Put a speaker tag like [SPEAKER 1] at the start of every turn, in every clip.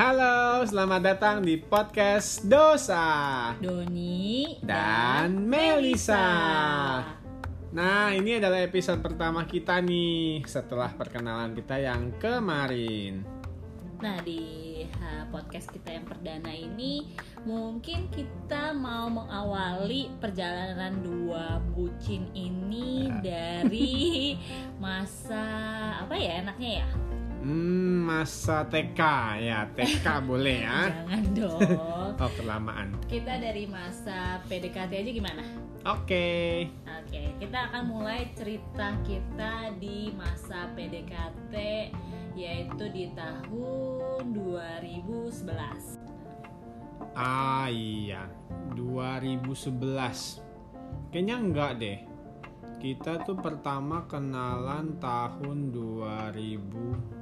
[SPEAKER 1] Halo, selamat datang di podcast Dosa
[SPEAKER 2] Doni
[SPEAKER 1] dan Melisa. Nah, ini adalah episode pertama kita nih setelah perkenalan kita yang kemarin.
[SPEAKER 2] Nah di ha, podcast kita yang perdana ini mungkin kita mau mengawali perjalanan dua bucin ini
[SPEAKER 1] Ya.
[SPEAKER 2] dari masa apa ya enaknya ya?
[SPEAKER 1] Hmm, masa TK ya, TK boleh ya.
[SPEAKER 2] Jangan dong.
[SPEAKER 1] Oh, kelamaan.
[SPEAKER 2] Kita dari masa PDKT aja gimana?
[SPEAKER 1] Oke.
[SPEAKER 2] Oke, kita akan mulai cerita kita di masa PDKT yaitu di tahun 2011.
[SPEAKER 1] Ah, iya. 2011. Kayaknya enggak deh. Kita tuh pertama kenalan tahun 2000.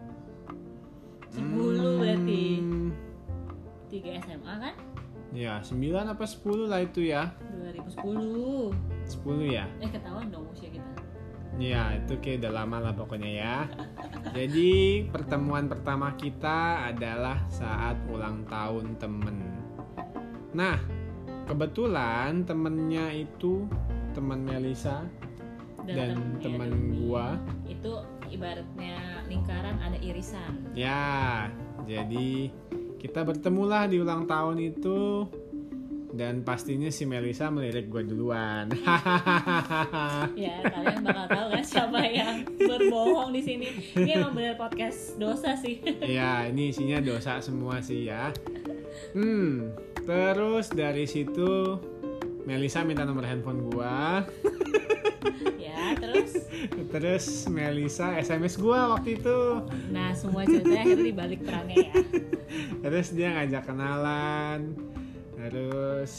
[SPEAKER 2] Sebulu berarti.
[SPEAKER 1] Hmm,
[SPEAKER 2] 3 SMA kan?
[SPEAKER 1] Ya, 9 apa 10 lah itu ya.
[SPEAKER 2] 2010.
[SPEAKER 1] 10 ya.
[SPEAKER 2] Eh ketahuan dong usia kita.
[SPEAKER 1] Ya, itu kayak udah lama lah pokoknya ya. Jadi, pertemuan pertama kita adalah saat ulang tahun temen. Nah, kebetulan temennya itu temen Melisa dan,
[SPEAKER 2] temennya
[SPEAKER 1] temen
[SPEAKER 2] Doni.
[SPEAKER 1] gua.
[SPEAKER 2] Itu ibaratnya lingkaran ada irisan.
[SPEAKER 1] Ya, jadi kita bertemulah di ulang tahun itu dan pastinya si Melisa melirik gue duluan. Ah.
[SPEAKER 2] Ya, kalian bakal tahu kan siapa yang berbohong di sini. Ini emang bener podcast dosa sih.
[SPEAKER 1] ya ini isinya dosa semua sih ya hmm terus dari situ Melisa minta nomor handphone gua
[SPEAKER 2] ya, terus
[SPEAKER 1] terus Melisa SMS gua waktu itu
[SPEAKER 2] nah semua ceritanya akhirnya dibalik perannya ya.
[SPEAKER 1] terus dia ngajak kenalan terus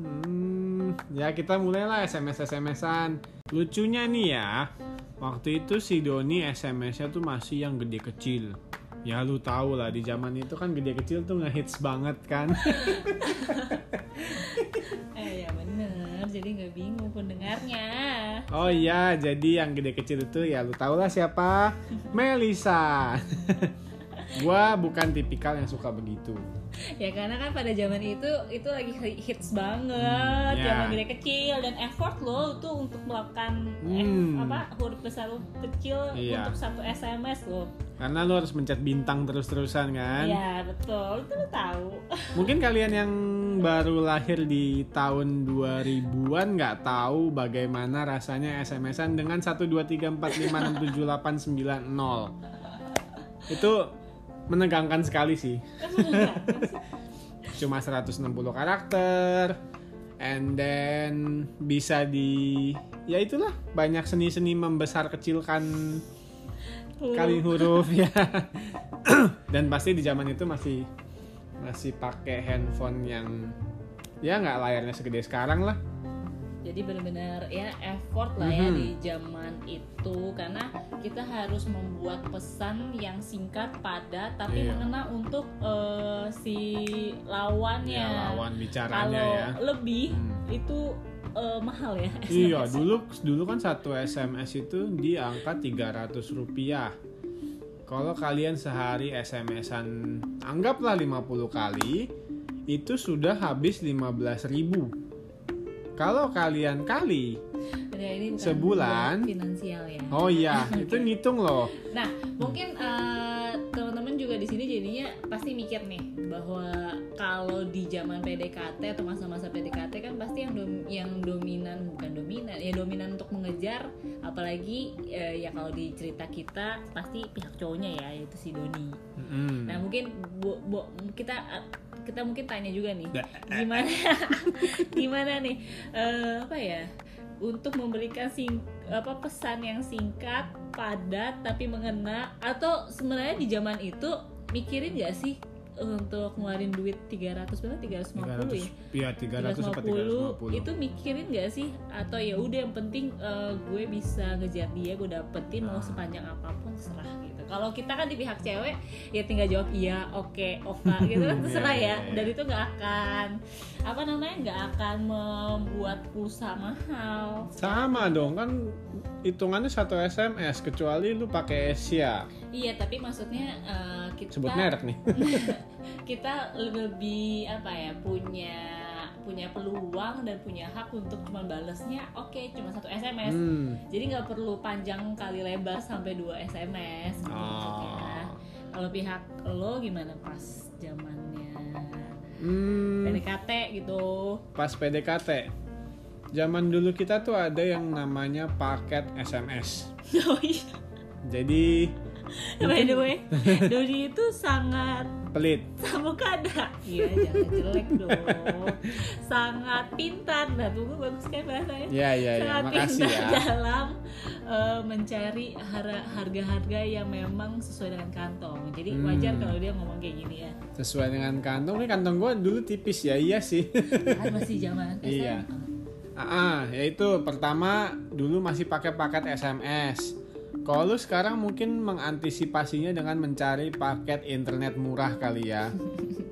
[SPEAKER 1] hmm, ya kita mulailah SMS SMSan lucunya nih ya waktu itu si Doni SMS-nya tuh masih yang gede kecil ya lu tau lah di zaman itu kan gede kecil tuh ngehits banget kan
[SPEAKER 2] Eh ya bener, jadi nggak bingung pendengarnya.
[SPEAKER 1] Oh iya, jadi yang gede kecil itu ya lu tau lah siapa? Melisa. gua bukan tipikal yang suka begitu.
[SPEAKER 2] Ya karena kan pada zaman itu itu lagi hits banget,
[SPEAKER 1] Hmm, ya.
[SPEAKER 2] zaman gede kecil dan effort lo tuh untuk melakukan eh,
[SPEAKER 1] Hmm.
[SPEAKER 2] apa huruf besar huruf kecil
[SPEAKER 1] Iya.
[SPEAKER 2] untuk satu SMS lo.
[SPEAKER 1] Karena lu harus mencet bintang terus-terusan kan.
[SPEAKER 2] Iya betul, itu lo tahu.
[SPEAKER 1] Mungkin kalian yang baru lahir di tahun 2000-an nggak tahu bagaimana rasanya SMS-an dengan 12345678990. Itu menegangkan sekali sih. Cuma 160 karakter and then bisa di ya itulah banyak seni-seni membesar kecilkan
[SPEAKER 2] Huruf.
[SPEAKER 1] kali huruf ya. dan pasti di zaman itu masih masih pakai handphone yang ya nggak layarnya segede sekarang lah.
[SPEAKER 2] Jadi benar-benar ya effort lah ya
[SPEAKER 1] Mhm.
[SPEAKER 2] di zaman itu karena kita harus membuat pesan yang singkat, padat tapi
[SPEAKER 1] Iya.
[SPEAKER 2] mengena untuk eh, si lawannya.
[SPEAKER 1] Ya lawan bicaranya
[SPEAKER 2] Iya. Kalau
[SPEAKER 1] ya.
[SPEAKER 2] lebih
[SPEAKER 1] Hmm.
[SPEAKER 2] itu eh, mahal ya.
[SPEAKER 1] Iya,
[SPEAKER 2] SMS.
[SPEAKER 1] dulu dulu kan satu SMS itu di angka 300 rupiah. Kalau kalian sehari SMS-an anggaplah 50 kali, itu sudah habis 15.000. Kalau kalian kali,
[SPEAKER 2] Ya, ini bukan
[SPEAKER 1] Sebulan.
[SPEAKER 2] buat finansial ya.
[SPEAKER 1] oh iya, itu ngitung loh.
[SPEAKER 2] Nah, mungkin eh, teman-teman juga di sini jadinya pasti mikir nih bahwa kalau di zaman PDKT atau masa-masa PDKT kan pasti yang dom- yang dominan bukan dominan ya dominan untuk mengejar apalagi eh, ya kalau di cerita kita pasti pihak cowoknya ya yaitu si Doni.
[SPEAKER 1] Mm-mm.
[SPEAKER 2] Nah, mungkin bo- bo- kita kita mungkin tanya juga nih
[SPEAKER 1] Da-
[SPEAKER 2] gimana gimana nih eh, apa ya untuk memberikan sing apa pesan yang singkat padat tapi mengena atau sebenarnya di zaman itu mikirin gak sih eh, untuk ngeluarin duit 300 berapa 350 ya
[SPEAKER 1] 300 ya 300 sampai 350
[SPEAKER 2] 350 itu mikirin gak sih atau ya udah yang penting eh, gue bisa ngejar dia gue dapetin mau
[SPEAKER 1] Ah.
[SPEAKER 2] sepanjang apapun serah gitu kalau kita kan di pihak cewek ya tinggal jawab iya oke oka gitu kan terserah
[SPEAKER 1] Iya,
[SPEAKER 2] ya
[SPEAKER 1] iya, iya.
[SPEAKER 2] dan itu nggak akan apa namanya nggak akan membuat pulsa mahal
[SPEAKER 1] sama dong kan hitungannya satu SMS kecuali lu pakai Asia
[SPEAKER 2] iya tapi maksudnya eh, kita
[SPEAKER 1] sebut merek nih
[SPEAKER 2] kita lebih apa ya punya punya peluang dan punya hak untuk cuma balesnya oke cuma satu SMS
[SPEAKER 1] hmm.
[SPEAKER 2] Jadi nggak perlu panjang kali lebar sampai dua SMS gitu maksudnya.
[SPEAKER 1] Oh.
[SPEAKER 2] Kalau pihak lo gimana pas zamannya
[SPEAKER 1] Hmm,
[SPEAKER 2] PDKT gitu?
[SPEAKER 1] pas PDKT zaman dulu kita tuh ada yang namanya paket SMS
[SPEAKER 2] Oh iya.
[SPEAKER 1] jadi
[SPEAKER 2] By the way, Dodi itu sangat
[SPEAKER 1] pelit
[SPEAKER 2] sama kada. Iya, jangan jelek dong. Sangat pintar. Nah, tunggu bagus kan bahasanya.
[SPEAKER 1] ya ya ya
[SPEAKER 2] sangat
[SPEAKER 1] makasih
[SPEAKER 2] pintar
[SPEAKER 1] ya
[SPEAKER 2] dalam eh, mencari hara- harga-harga yang memang sesuai dengan kantong. Jadi
[SPEAKER 1] Hmm.
[SPEAKER 2] wajar kalau dia ngomong kayak gini ya.
[SPEAKER 1] sesuai dengan kantong ini kantong gua dulu tipis ya iya sih
[SPEAKER 2] Kan masih zaman SM.
[SPEAKER 1] Iya. Ah, ah, yaitu pertama dulu masih pakai paket SMS. Kalau lu sekarang mungkin mengantisipasinya dengan mencari paket internet murah kali ya.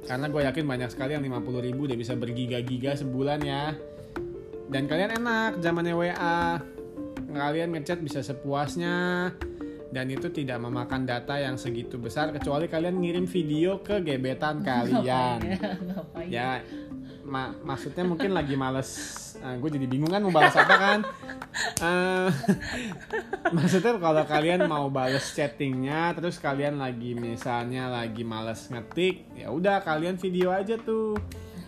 [SPEAKER 1] Karena gue yakin banyak sekali yang 50.000 ribu udah bisa bergiga-giga sebulan ya. Dan kalian enak, zamannya WA. Kalian ngechat bisa sepuasnya. Dan itu tidak memakan data yang segitu besar kecuali kalian ngirim video ke gebetan kalian
[SPEAKER 2] Ngapain?
[SPEAKER 1] ya ma- maksudnya mungkin lagi males gue jadi bingung kan mau balas apa kan Eh, maksudnya kalau kalian mau balas chattingnya terus kalian lagi misalnya lagi males ngetik ya udah kalian video aja tuh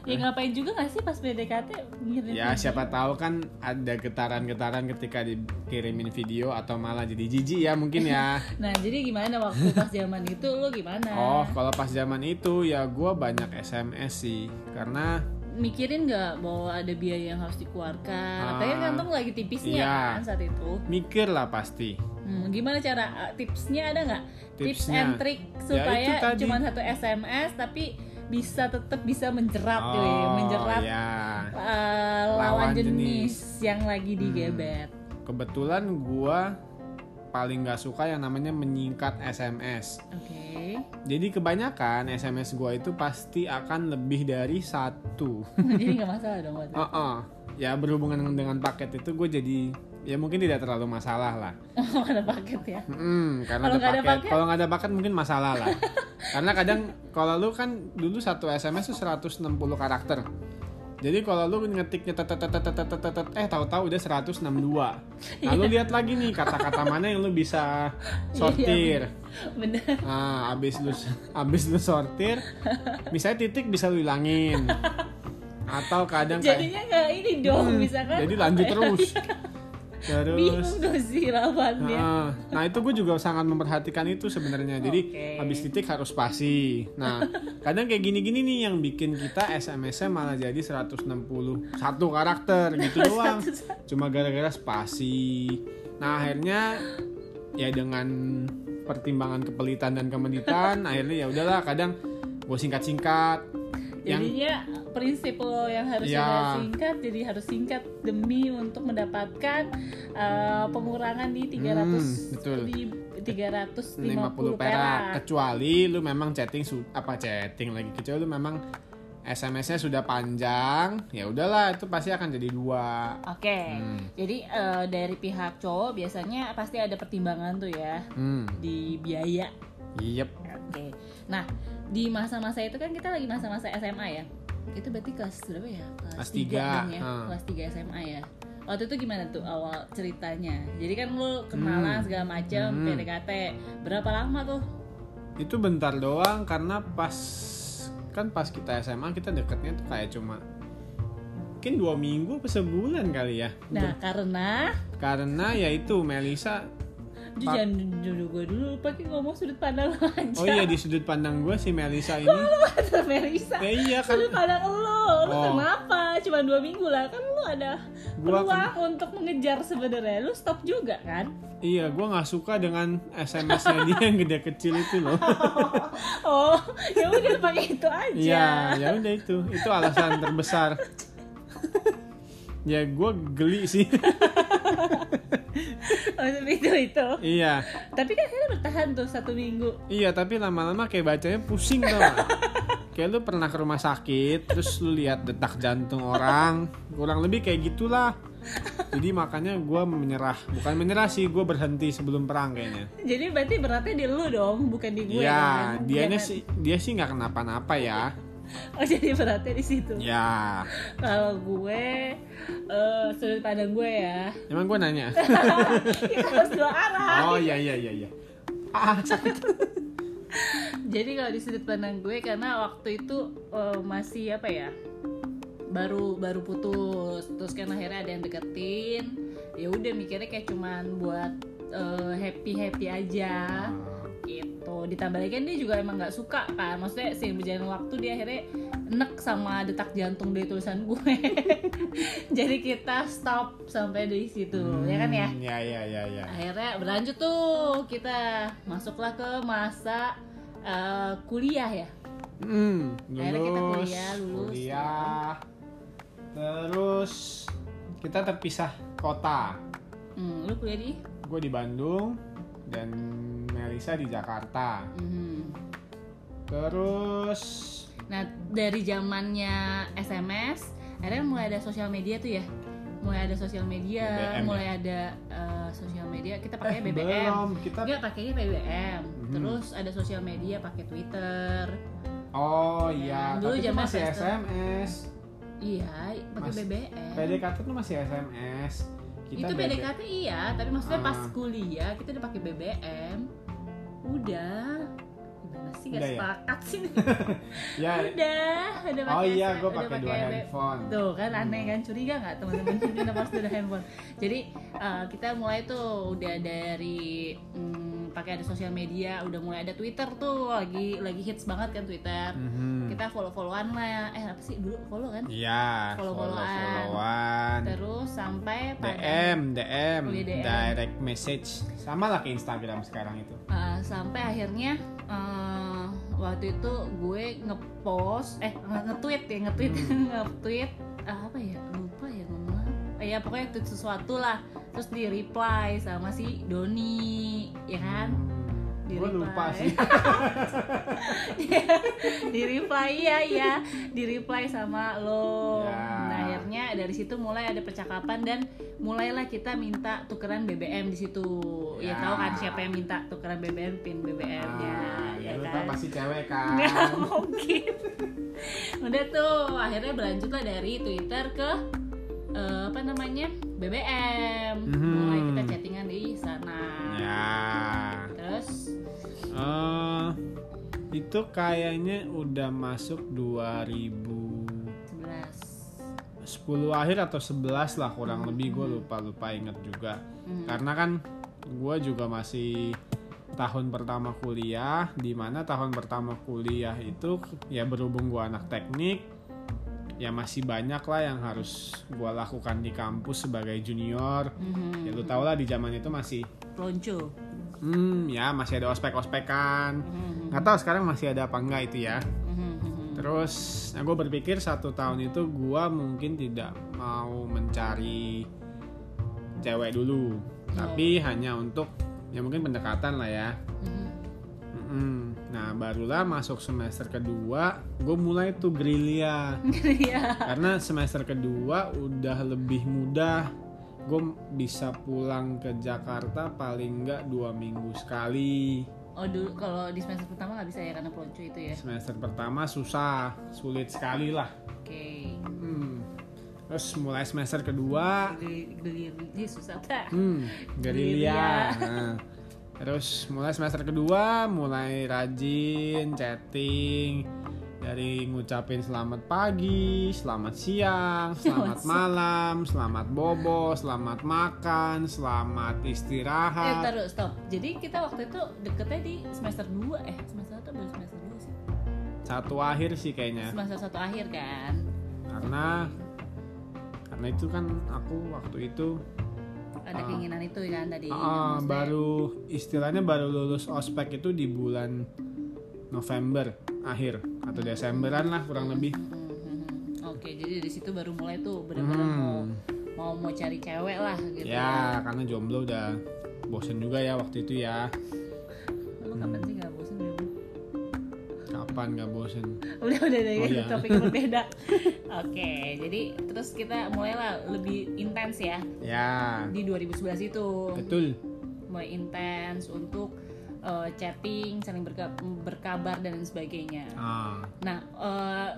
[SPEAKER 2] Ya ngapain juga gak sih pas PDKT ngirim
[SPEAKER 1] ya
[SPEAKER 2] video?
[SPEAKER 1] siapa tahu kan ada getaran-getaran ketika dikirimin video atau malah jadi jijik ya mungkin ya
[SPEAKER 2] Nah jadi gimana waktu pas zaman itu lo gimana?
[SPEAKER 1] oh kalau pas zaman itu ya gue banyak sms sih karena
[SPEAKER 2] Mikirin gak bahwa ada biaya yang harus dikeluarkan?
[SPEAKER 1] Ah.
[SPEAKER 2] Katanya kantong lagi tipisnya
[SPEAKER 1] Iya.
[SPEAKER 2] kan saat itu
[SPEAKER 1] mikir lah pasti
[SPEAKER 2] Hmm, Gimana cara eh, tipsnya ada gak? Tips
[SPEAKER 1] Tipsnya. Ya,
[SPEAKER 2] and trick
[SPEAKER 1] itu
[SPEAKER 2] supaya
[SPEAKER 1] tadi.
[SPEAKER 2] cuma satu SMS tapi bisa tetap bisa menjerat cuy. menjerat
[SPEAKER 1] ya. Oh,
[SPEAKER 2] eh, lawan
[SPEAKER 1] iya. Lawan
[SPEAKER 2] jenis,
[SPEAKER 1] jenis. Hmm.
[SPEAKER 2] yang lagi digebet.
[SPEAKER 1] kebetulan gua paling gak suka yang namanya menyingkat SMS.
[SPEAKER 2] Oke.
[SPEAKER 1] Jadi kebanyakan SMS gua itu pasti akan lebih dari satu.
[SPEAKER 2] jadi nggak masalah dong waktu itu.
[SPEAKER 1] Heeh. Ya berhubungan dengan- dengan paket itu gue jadi ya mungkin tidak terlalu masalah lah.
[SPEAKER 2] ada paket ya.
[SPEAKER 1] Mm-mm, karena
[SPEAKER 2] Kalau
[SPEAKER 1] ada
[SPEAKER 2] nggak ada
[SPEAKER 1] paket.
[SPEAKER 2] paket?
[SPEAKER 1] Kalau nggak ada paket mungkin masalah lah. karena kadang kalau lu kan dulu satu SMS tuh 160 karakter. Jadi kalau lu ngetiknya tet, tet, tet, tet, tet, tet, tet, eh tahu-tahu udah 162. Nah, lu
[SPEAKER 2] Iya.
[SPEAKER 1] lihat lagi nih kata-kata mana yang lu bisa sortir.
[SPEAKER 2] Bener.
[SPEAKER 1] Nah, abis lu abis lu sortir, misalnya titik bisa lu hilangin. Atau kadang kayak
[SPEAKER 2] Jadinya nggak ini dong,
[SPEAKER 1] Hmm,
[SPEAKER 2] bisa kan?
[SPEAKER 1] jadi lanjut terus. Terus
[SPEAKER 2] Bingung dong sih lawannya.
[SPEAKER 1] Nah, nah itu gue juga sangat memperhatikan itu sebenarnya. Jadi
[SPEAKER 2] Oke.
[SPEAKER 1] habis titik harus spasi. Nah kadang kayak gini-gini nih yang bikin kita SMS-nya malah jadi 161 karakter gitu doang. Cuma gara-gara spasi. Nah akhirnya ya dengan pertimbangan kepelitan dan kemenitan akhirnya ya udahlah kadang gue singkat-singkat. Yang
[SPEAKER 2] Jadinya prinsip lo yang harus
[SPEAKER 1] Ya.
[SPEAKER 2] ada singkat, jadi harus singkat demi untuk mendapatkan eh, pengurangan di 300
[SPEAKER 1] Hmm, betul.
[SPEAKER 2] di
[SPEAKER 1] 50 perak
[SPEAKER 2] 350 perak.
[SPEAKER 1] kecuali lu memang chatting su- apa chatting lagi kecuali lu memang SMS-nya sudah panjang ya udahlah itu pasti akan jadi dua
[SPEAKER 2] Oke.
[SPEAKER 1] Hmm.
[SPEAKER 2] Jadi eh, dari pihak cowok biasanya pasti ada pertimbangan tuh ya
[SPEAKER 1] hmm
[SPEAKER 2] di biaya
[SPEAKER 1] yep
[SPEAKER 2] Oke. Nah, di masa-masa itu kan kita lagi masa-masa SMA ya. Itu berarti kelas berapa ya?
[SPEAKER 1] Kelas
[SPEAKER 2] tiga
[SPEAKER 1] tiga,
[SPEAKER 2] dong ya.
[SPEAKER 1] ha.
[SPEAKER 2] Kelas 3 SMA ya. Waktu itu gimana tuh awal ceritanya? Jadi kan lu kenalan
[SPEAKER 1] Hmm.
[SPEAKER 2] segala macam,
[SPEAKER 1] Hmm.
[SPEAKER 2] PDKT. Berapa lama tuh?
[SPEAKER 1] itu bentar doang karena pas kan pas kita SMA kita deketnya tuh kayak cuma mungkin dua minggu apa sebulan kali ya
[SPEAKER 2] Nah, karena
[SPEAKER 1] karena ya itu Melisa
[SPEAKER 2] Ju, jangan duduk gue dulu pakai ngomong sudut pandang lo aja
[SPEAKER 1] Oh iya di sudut pandang gue si Melisa ini.
[SPEAKER 2] kata Melisa
[SPEAKER 1] Ya iya kan
[SPEAKER 2] sudut pandang lo lo
[SPEAKER 1] Oh.
[SPEAKER 2] kenapa cuma dua minggu lah kan lo ada
[SPEAKER 1] Gua
[SPEAKER 2] peluang untuk mengejar sebenarnya lo stop juga kan
[SPEAKER 1] iya gue nggak suka dengan SMS-nya dia yang gede kecil itu loh.
[SPEAKER 2] oh ya udah pakai itu aja
[SPEAKER 1] Iya ya udah itu itu alasan terbesar. ya gue geli sih.
[SPEAKER 2] Oh, itu itu
[SPEAKER 1] iya
[SPEAKER 2] tapi kan akhirnya bertahan tuh satu minggu
[SPEAKER 1] iya tapi lama-lama kayak bacanya pusing tau. nggak? Kayak lu pernah ke rumah sakit, terus lu lihat detak jantung orang, kurang lebih kayak gitulah. Jadi makanya gue menyerah, bukan menyerah sih, gue berhenti sebelum perang kayaknya.
[SPEAKER 2] jadi berarti beratnya di lu dong bukan di gue
[SPEAKER 1] Iya,
[SPEAKER 2] dong.
[SPEAKER 1] dianya
[SPEAKER 2] Jangan-
[SPEAKER 1] sih dia sih nggak kenapa-napa ya.
[SPEAKER 2] oh jadi beratnya di situ
[SPEAKER 1] Ya,
[SPEAKER 2] kalau gue eh, sudut pandang gue ya
[SPEAKER 1] emang gue nanya.
[SPEAKER 2] kita harus dua arah
[SPEAKER 1] Oh iya iya iya iya. Ah, sakit.
[SPEAKER 2] jadi kalau di sudut pandang gue karena waktu itu eh, masih apa ya baru baru putus terus kan akhirnya ada yang deketin ya udah mikirnya kayak cuman buat happy happy aja gitu ditambah lagi kan dia juga emang nggak suka kan maksudnya sih berjalan waktu dia akhirnya enek sama detak jantung dari tulisan gue jadi kita stop sampai di situ ya kan ya
[SPEAKER 1] Ya ya ya ya.
[SPEAKER 2] akhirnya berlanjut tuh kita masuklah ke masa eh, kuliah ya
[SPEAKER 1] Hmm, lulus.
[SPEAKER 2] Akhirnya kita kuliah, lulus.
[SPEAKER 1] kuliah. Terus kita terpisah kota.
[SPEAKER 2] hmm, lu kuliah di
[SPEAKER 1] Gue di Bandung dan Melisa di Jakarta.
[SPEAKER 2] Mhm.
[SPEAKER 1] Terus
[SPEAKER 2] nah dari zamannya sms akhirnya mulai ada sosial media tuh ya mulai ada sosial media
[SPEAKER 1] BBM ya?
[SPEAKER 2] mulai ada eh, sosial media kita pakai
[SPEAKER 1] eh,
[SPEAKER 2] BBM
[SPEAKER 1] belum kita
[SPEAKER 2] Enggak pakainya BBM.
[SPEAKER 1] Mhm.
[SPEAKER 2] Terus ada sosial media pakai Twitter.
[SPEAKER 1] Oh iya,
[SPEAKER 2] Dulu
[SPEAKER 1] tapi itu
[SPEAKER 2] zaman
[SPEAKER 1] masih
[SPEAKER 2] Facebook.
[SPEAKER 1] SMS.
[SPEAKER 2] Iya, pakai
[SPEAKER 1] Mas-
[SPEAKER 2] BBM.
[SPEAKER 1] PDKT tuh masih SMS. Kita
[SPEAKER 2] itu
[SPEAKER 1] BBM.
[SPEAKER 2] PDKT iya, tapi maksudnya pas
[SPEAKER 1] Ah.
[SPEAKER 2] kuliah kita udah pakai BBM. Udah. Gimana sih gak
[SPEAKER 1] Udah ya?
[SPEAKER 2] sepakat sih?
[SPEAKER 1] Ya,
[SPEAKER 2] udah, udah
[SPEAKER 1] Oh
[SPEAKER 2] pakai
[SPEAKER 1] iya,
[SPEAKER 2] S-
[SPEAKER 1] gue
[SPEAKER 2] udah
[SPEAKER 1] pakai dua
[SPEAKER 2] B-
[SPEAKER 1] handphone.
[SPEAKER 2] Tuh kan aneh kan curiga nggak teman-teman curiga kenapa harus ada handphone. Jadi eh, kita mulai tuh udah dari mm, pakai ada sosial media, udah mulai ada Twitter tuh lagi lagi hits banget kan Twitter.
[SPEAKER 1] Mhm.
[SPEAKER 2] kita follow followan lah ya eh apa sih dulu follow kan
[SPEAKER 1] Iya,
[SPEAKER 2] Follow-followan.
[SPEAKER 1] follow-followan.
[SPEAKER 2] terus sampai pada
[SPEAKER 1] DM, DM,
[SPEAKER 2] Boleh DM.
[SPEAKER 1] direct message. Sama lah ke Instagram sekarang itu.
[SPEAKER 2] Eh, sampai akhirnya eh, waktu itu gue ngepost eh nge- nge-tweet ya nge-tweet nge-tweet eh, apa ya lupa ya ngomong apa. Eh, ya pokoknya tweet sesuatu lah terus di reply sama si Doni ya kan Di
[SPEAKER 1] Gue lupa sih.
[SPEAKER 2] reply. di reply ya ya di reply sama lo
[SPEAKER 1] Ya.
[SPEAKER 2] nah akhirnya dari situ mulai ada percakapan dan mulailah kita minta tukeran BBM di situ
[SPEAKER 1] Ya.
[SPEAKER 2] ya, tahu kan siapa yang minta tukeran BBM pin BBM-nya
[SPEAKER 1] Ah, ya
[SPEAKER 2] ya,
[SPEAKER 1] lu
[SPEAKER 2] kan
[SPEAKER 1] tau pasti cewek kan.
[SPEAKER 2] nggak mungkin udah tuh akhirnya berlanjutlah dari Twitter ke eh, apa namanya BBM
[SPEAKER 1] Mhm.
[SPEAKER 2] mulai kita chattingan di sana
[SPEAKER 1] Ya.
[SPEAKER 2] terus
[SPEAKER 1] Eh, itu kayaknya udah masuk 2000
[SPEAKER 2] 11
[SPEAKER 1] 10 akhir atau 11 lah kurang lebih gue lupa lupa inget juga
[SPEAKER 2] Hmm.
[SPEAKER 1] karena kan gue juga masih tahun pertama kuliah di mana tahun pertama kuliah itu ya berhubung gue anak teknik ya masih banyak lah yang harus gue lakukan di kampus sebagai junior ya
[SPEAKER 2] Mhm.
[SPEAKER 1] lu tau lah di zaman itu masih
[SPEAKER 2] Lonco
[SPEAKER 1] hmm ya masih ada ospek ospekan
[SPEAKER 2] Mhm.
[SPEAKER 1] nggak tahu sekarang masih ada apa enggak itu ya
[SPEAKER 2] Mhm.
[SPEAKER 1] Terus nah gue berpikir satu tahun itu gue mungkin tidak mau mencari cewek dulu Tapi hanya untuk ya mungkin pendekatan lah ya
[SPEAKER 2] Mhm.
[SPEAKER 1] Mm-mm. Nah barulah masuk semester kedua gue mulai tuh gerilya
[SPEAKER 2] Iya.
[SPEAKER 1] Karena semester kedua udah lebih mudah Gue bisa pulang ke Jakarta paling nggak dua minggu sekali
[SPEAKER 2] Oh dulu kalau di semester pertama nggak bisa ya karena pelonco itu ya.
[SPEAKER 1] Semester pertama susah, sulit sekali lah
[SPEAKER 2] Oke.
[SPEAKER 1] Hmm. Terus mulai semester kedua,
[SPEAKER 2] Geli- Gelir ini susah Eh, tak?
[SPEAKER 1] hmm,
[SPEAKER 2] Gerilya.
[SPEAKER 1] gerilya. Nah, Terus mulai semester kedua, mulai rajin chatting, dari ngucapin selamat pagi, selamat siang, selamat malam, selamat bobo, selamat makan, selamat
[SPEAKER 2] Eh,
[SPEAKER 1] istirahat.
[SPEAKER 2] taruh, stop. Jadi kita waktu itu deketnya di semester 2 eh semester 1 baru semester 2 sih.
[SPEAKER 1] Satu akhir sih kayaknya.
[SPEAKER 2] Semester 1 akhir kan.
[SPEAKER 1] Karena karena itu kan aku waktu itu Ah.
[SPEAKER 2] Ada keinginan itu kan tadi.
[SPEAKER 1] ah,
[SPEAKER 2] maksudnya.
[SPEAKER 1] baru istilahnya baru lulus ospek itu di bulan November akhir atau Desemberan lah kurang lebih.
[SPEAKER 2] Hmm, hmm, hmm. Oke, jadi dari situ baru mulai tuh benar-benar mau
[SPEAKER 1] Hmm.
[SPEAKER 2] mau mau cari cewek lah gitu.
[SPEAKER 1] Ya, karena jomblo udah bosen juga ya waktu itu ya.
[SPEAKER 2] Lu kapan sih gak bosan ya?
[SPEAKER 1] Kapan gak bosen?
[SPEAKER 2] udah udah udah
[SPEAKER 1] Oh,
[SPEAKER 2] itu
[SPEAKER 1] iya.
[SPEAKER 2] topik berbeda oke jadi terus kita mulailah lebih intens ya
[SPEAKER 1] Ya,
[SPEAKER 2] di 2011 itu
[SPEAKER 1] betul.
[SPEAKER 2] mulai intens untuk eh, chatting saling berka- berkabar dan lain sebagainya
[SPEAKER 1] Ah,
[SPEAKER 2] nah eh,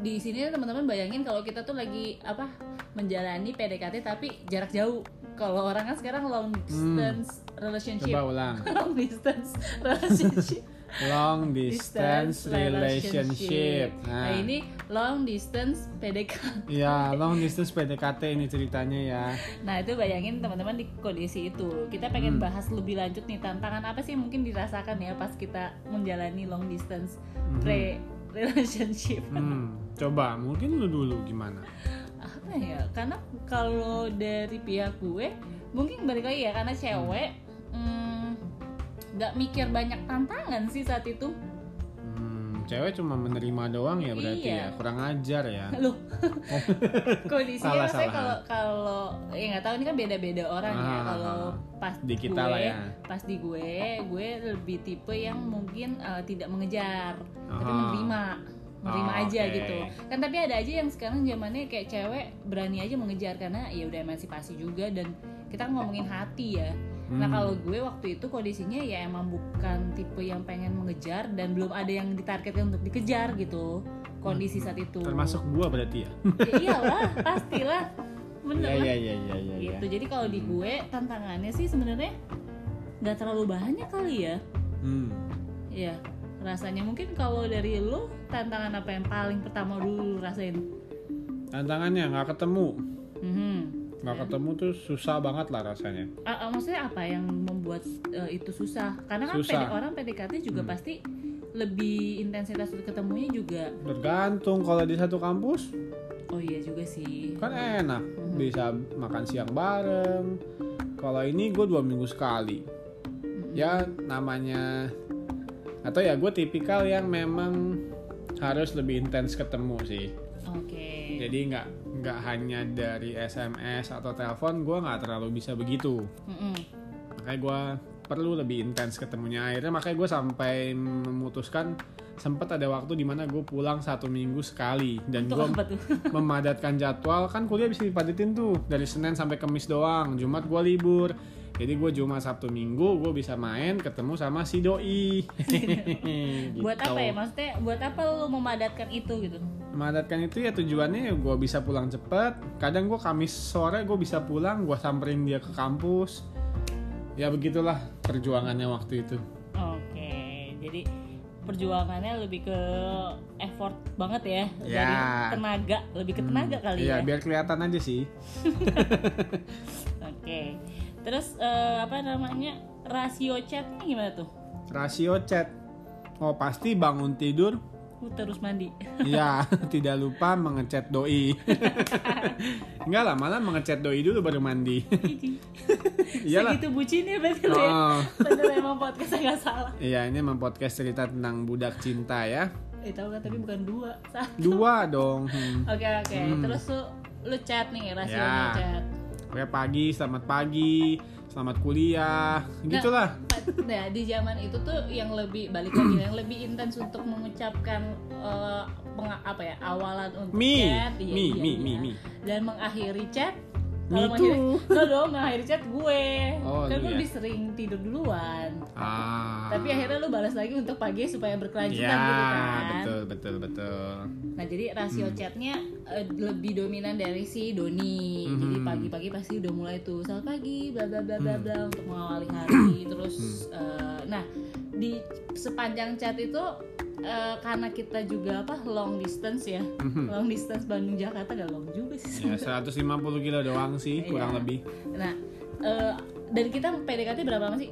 [SPEAKER 2] di sini teman-teman bayangin kalau kita tuh lagi apa menjalani PDKT tapi jarak jauh kalau orang kan sekarang long
[SPEAKER 1] Hmm.
[SPEAKER 2] distance relationship
[SPEAKER 1] coba ulang.
[SPEAKER 2] long distance relationship
[SPEAKER 1] Long distance relationship.
[SPEAKER 2] Nah, ini long distance PDKT.
[SPEAKER 1] ya long distance PDKT ini ceritanya ya.
[SPEAKER 2] Nah, itu bayangin teman-teman di kondisi itu. Kita
[SPEAKER 1] Hmm.
[SPEAKER 2] pengen bahas lebih lanjut nih tantangan apa sih yang mungkin dirasakan ya pas kita menjalani long distance pre relationship.
[SPEAKER 1] Hmm, coba mungkin lu dulu gimana?
[SPEAKER 2] Apa ya? Karena kalau dari pihak gue mungkin balik lagi ya karena cewek hmm, nggak mikir banyak tantangan sih saat itu.
[SPEAKER 1] Hmm, cewek cuma menerima doang ya berarti
[SPEAKER 2] Iya.
[SPEAKER 1] ya. Kurang ajar ya.
[SPEAKER 2] Loh,
[SPEAKER 1] Salah,
[SPEAKER 2] kondisinya maksudnya
[SPEAKER 1] salah.
[SPEAKER 2] kalau kalau ya nggak tahu ini kan beda-beda orang ya.
[SPEAKER 1] Ah,
[SPEAKER 2] Kalau pas
[SPEAKER 1] di kita
[SPEAKER 2] gue,
[SPEAKER 1] lah ya.
[SPEAKER 2] pas di gue, gue lebih tipe yang mungkin eh, tidak mengejar, tapi
[SPEAKER 1] Aha.
[SPEAKER 2] menerima, menerima
[SPEAKER 1] Oh,
[SPEAKER 2] aja
[SPEAKER 1] Ah. oke.
[SPEAKER 2] gitu. Kan tapi ada aja yang sekarang zamannya kayak cewek berani aja mengejar karena ya udah emansipasi juga dan kita ngomongin hati ya. Nah
[SPEAKER 1] Hmm.
[SPEAKER 2] kalau gue waktu itu kondisinya ya emang bukan tipe yang pengen mengejar dan belum ada yang ditargetkan untuk dikejar gitu kondisi saat itu
[SPEAKER 1] Hmm. Termasuk gua berarti ya.
[SPEAKER 2] ya iyalah pastilah bener
[SPEAKER 1] Iya
[SPEAKER 2] lah
[SPEAKER 1] iya iya iya iya.
[SPEAKER 2] gitu jadi kalau di gue tantangannya sih sebenarnya nggak terlalu banyak kali ya
[SPEAKER 1] Hmm.
[SPEAKER 2] ya rasanya mungkin kalau dari lo tantangan apa yang paling pertama dulu lu rasain
[SPEAKER 1] Tantangannya nggak ketemu,
[SPEAKER 2] Mhm.
[SPEAKER 1] nggak ketemu tuh susah banget lah rasanya.
[SPEAKER 2] Ah, ah, maksudnya apa yang membuat eh, itu susah karena kan
[SPEAKER 1] Susah.
[SPEAKER 2] PD orang PDKT juga pasti lebih intensitas ketemunya juga
[SPEAKER 1] Tergantung kalau di satu kampus
[SPEAKER 2] oh iya juga sih
[SPEAKER 1] kan enak
[SPEAKER 2] Hmm.
[SPEAKER 1] bisa makan siang bareng kalau ini gue dua minggu sekali
[SPEAKER 2] Hmm.
[SPEAKER 1] ya namanya atau ya gue tipikal yang memang harus lebih intens ketemu sih
[SPEAKER 2] oke
[SPEAKER 1] jadi nggak nggak hanya dari sms atau telepon gue nggak terlalu bisa begitu
[SPEAKER 2] Mhm.
[SPEAKER 1] makanya gue perlu lebih intens ketemunya akhirnya makanya gue sampai memutuskan sempat ada waktu dimana gue pulang satu minggu sekali dan
[SPEAKER 2] Untuk
[SPEAKER 1] gue
[SPEAKER 2] apa tuh
[SPEAKER 1] memadatkan jadwal kan kuliah bisa dipadatin tuh dari Senin sampai Kamis doang Jumat gue libur jadi gue Jumat Sabtu Minggu gue bisa main ketemu sama si doi Gitu.
[SPEAKER 2] buat apa ya maksudnya buat apa lu memadatkan itu gitu
[SPEAKER 1] memadatkan itu ya tujuannya gue bisa pulang cepet kadang gue Kamis sore gue bisa pulang gue samperin dia ke kampus ya begitulah perjuangannya waktu itu
[SPEAKER 2] oke jadi perjuangannya lebih ke effort banget ya
[SPEAKER 1] Ya.
[SPEAKER 2] dari tenaga lebih ke tenaga kali
[SPEAKER 1] Iya,
[SPEAKER 2] ya
[SPEAKER 1] biar kelihatan aja sih
[SPEAKER 2] oke terus eh, apa namanya rasio chatnya gimana tuh
[SPEAKER 1] rasio chat oh pasti bangun tidur
[SPEAKER 2] lu terus mandi
[SPEAKER 1] Iya, tidak lupa mengecet doi. Enggak lah, malah mengecet doi dulu baru mandi. Iyalah.
[SPEAKER 2] segitu bucinnya berarti lu ya
[SPEAKER 1] Oh,
[SPEAKER 2] bener emang podcastnya nggak salah
[SPEAKER 1] iya ini emang podcast cerita tentang budak cinta ya.
[SPEAKER 2] eh tahu kan tapi bukan dua Sa-
[SPEAKER 1] Dua dong. Hmm.
[SPEAKER 2] oke oke terus lu lu chat nih rasio
[SPEAKER 1] Ya.
[SPEAKER 2] chat
[SPEAKER 1] Kayak pagi, selamat pagi, selamat kuliah, gitulah.
[SPEAKER 2] Nah, di zaman itu tuh yang lebih balik lagi yang lebih intens untuk mengucapkan eh, peng- apa ya awalan untuk
[SPEAKER 1] Mi,
[SPEAKER 2] chat, iya,
[SPEAKER 1] mi,
[SPEAKER 2] iya,
[SPEAKER 1] mi,
[SPEAKER 2] iya.
[SPEAKER 1] mi, mi.
[SPEAKER 2] dan mengakhiri chat.
[SPEAKER 1] Me
[SPEAKER 2] kalau mengakhiri, no dong, mengakhiri chat gue.
[SPEAKER 1] Oh,
[SPEAKER 2] kan
[SPEAKER 1] lu
[SPEAKER 2] gue
[SPEAKER 1] ya.
[SPEAKER 2] lebih sering tidur duluan.
[SPEAKER 1] Ah.
[SPEAKER 2] Tapi akhirnya lu balas lagi untuk pagi supaya berkelanjutan
[SPEAKER 1] Ya,
[SPEAKER 2] gitu kan.
[SPEAKER 1] betul, betul, betul.
[SPEAKER 2] Nah, jadi rasio
[SPEAKER 1] Hmm.
[SPEAKER 2] chatnya eh, lebih dominan dari si Doni.
[SPEAKER 1] Mhm.
[SPEAKER 2] Jadi pagi-pagi pasti udah mulai tuh selamat pagi, bla bla bla bla
[SPEAKER 1] Hmm.
[SPEAKER 2] bla untuk mengawali hari. Terus, eh, nah di sepanjang chat itu eh, karena kita juga apa long distance ya
[SPEAKER 1] Mhm.
[SPEAKER 2] long distance Bandung Jakarta gak long juga sih
[SPEAKER 1] Ya 150 kilo doang sih, kurang
[SPEAKER 2] Iya.
[SPEAKER 1] lebih.
[SPEAKER 2] nah eh, dan kita PDKT berapa lama sih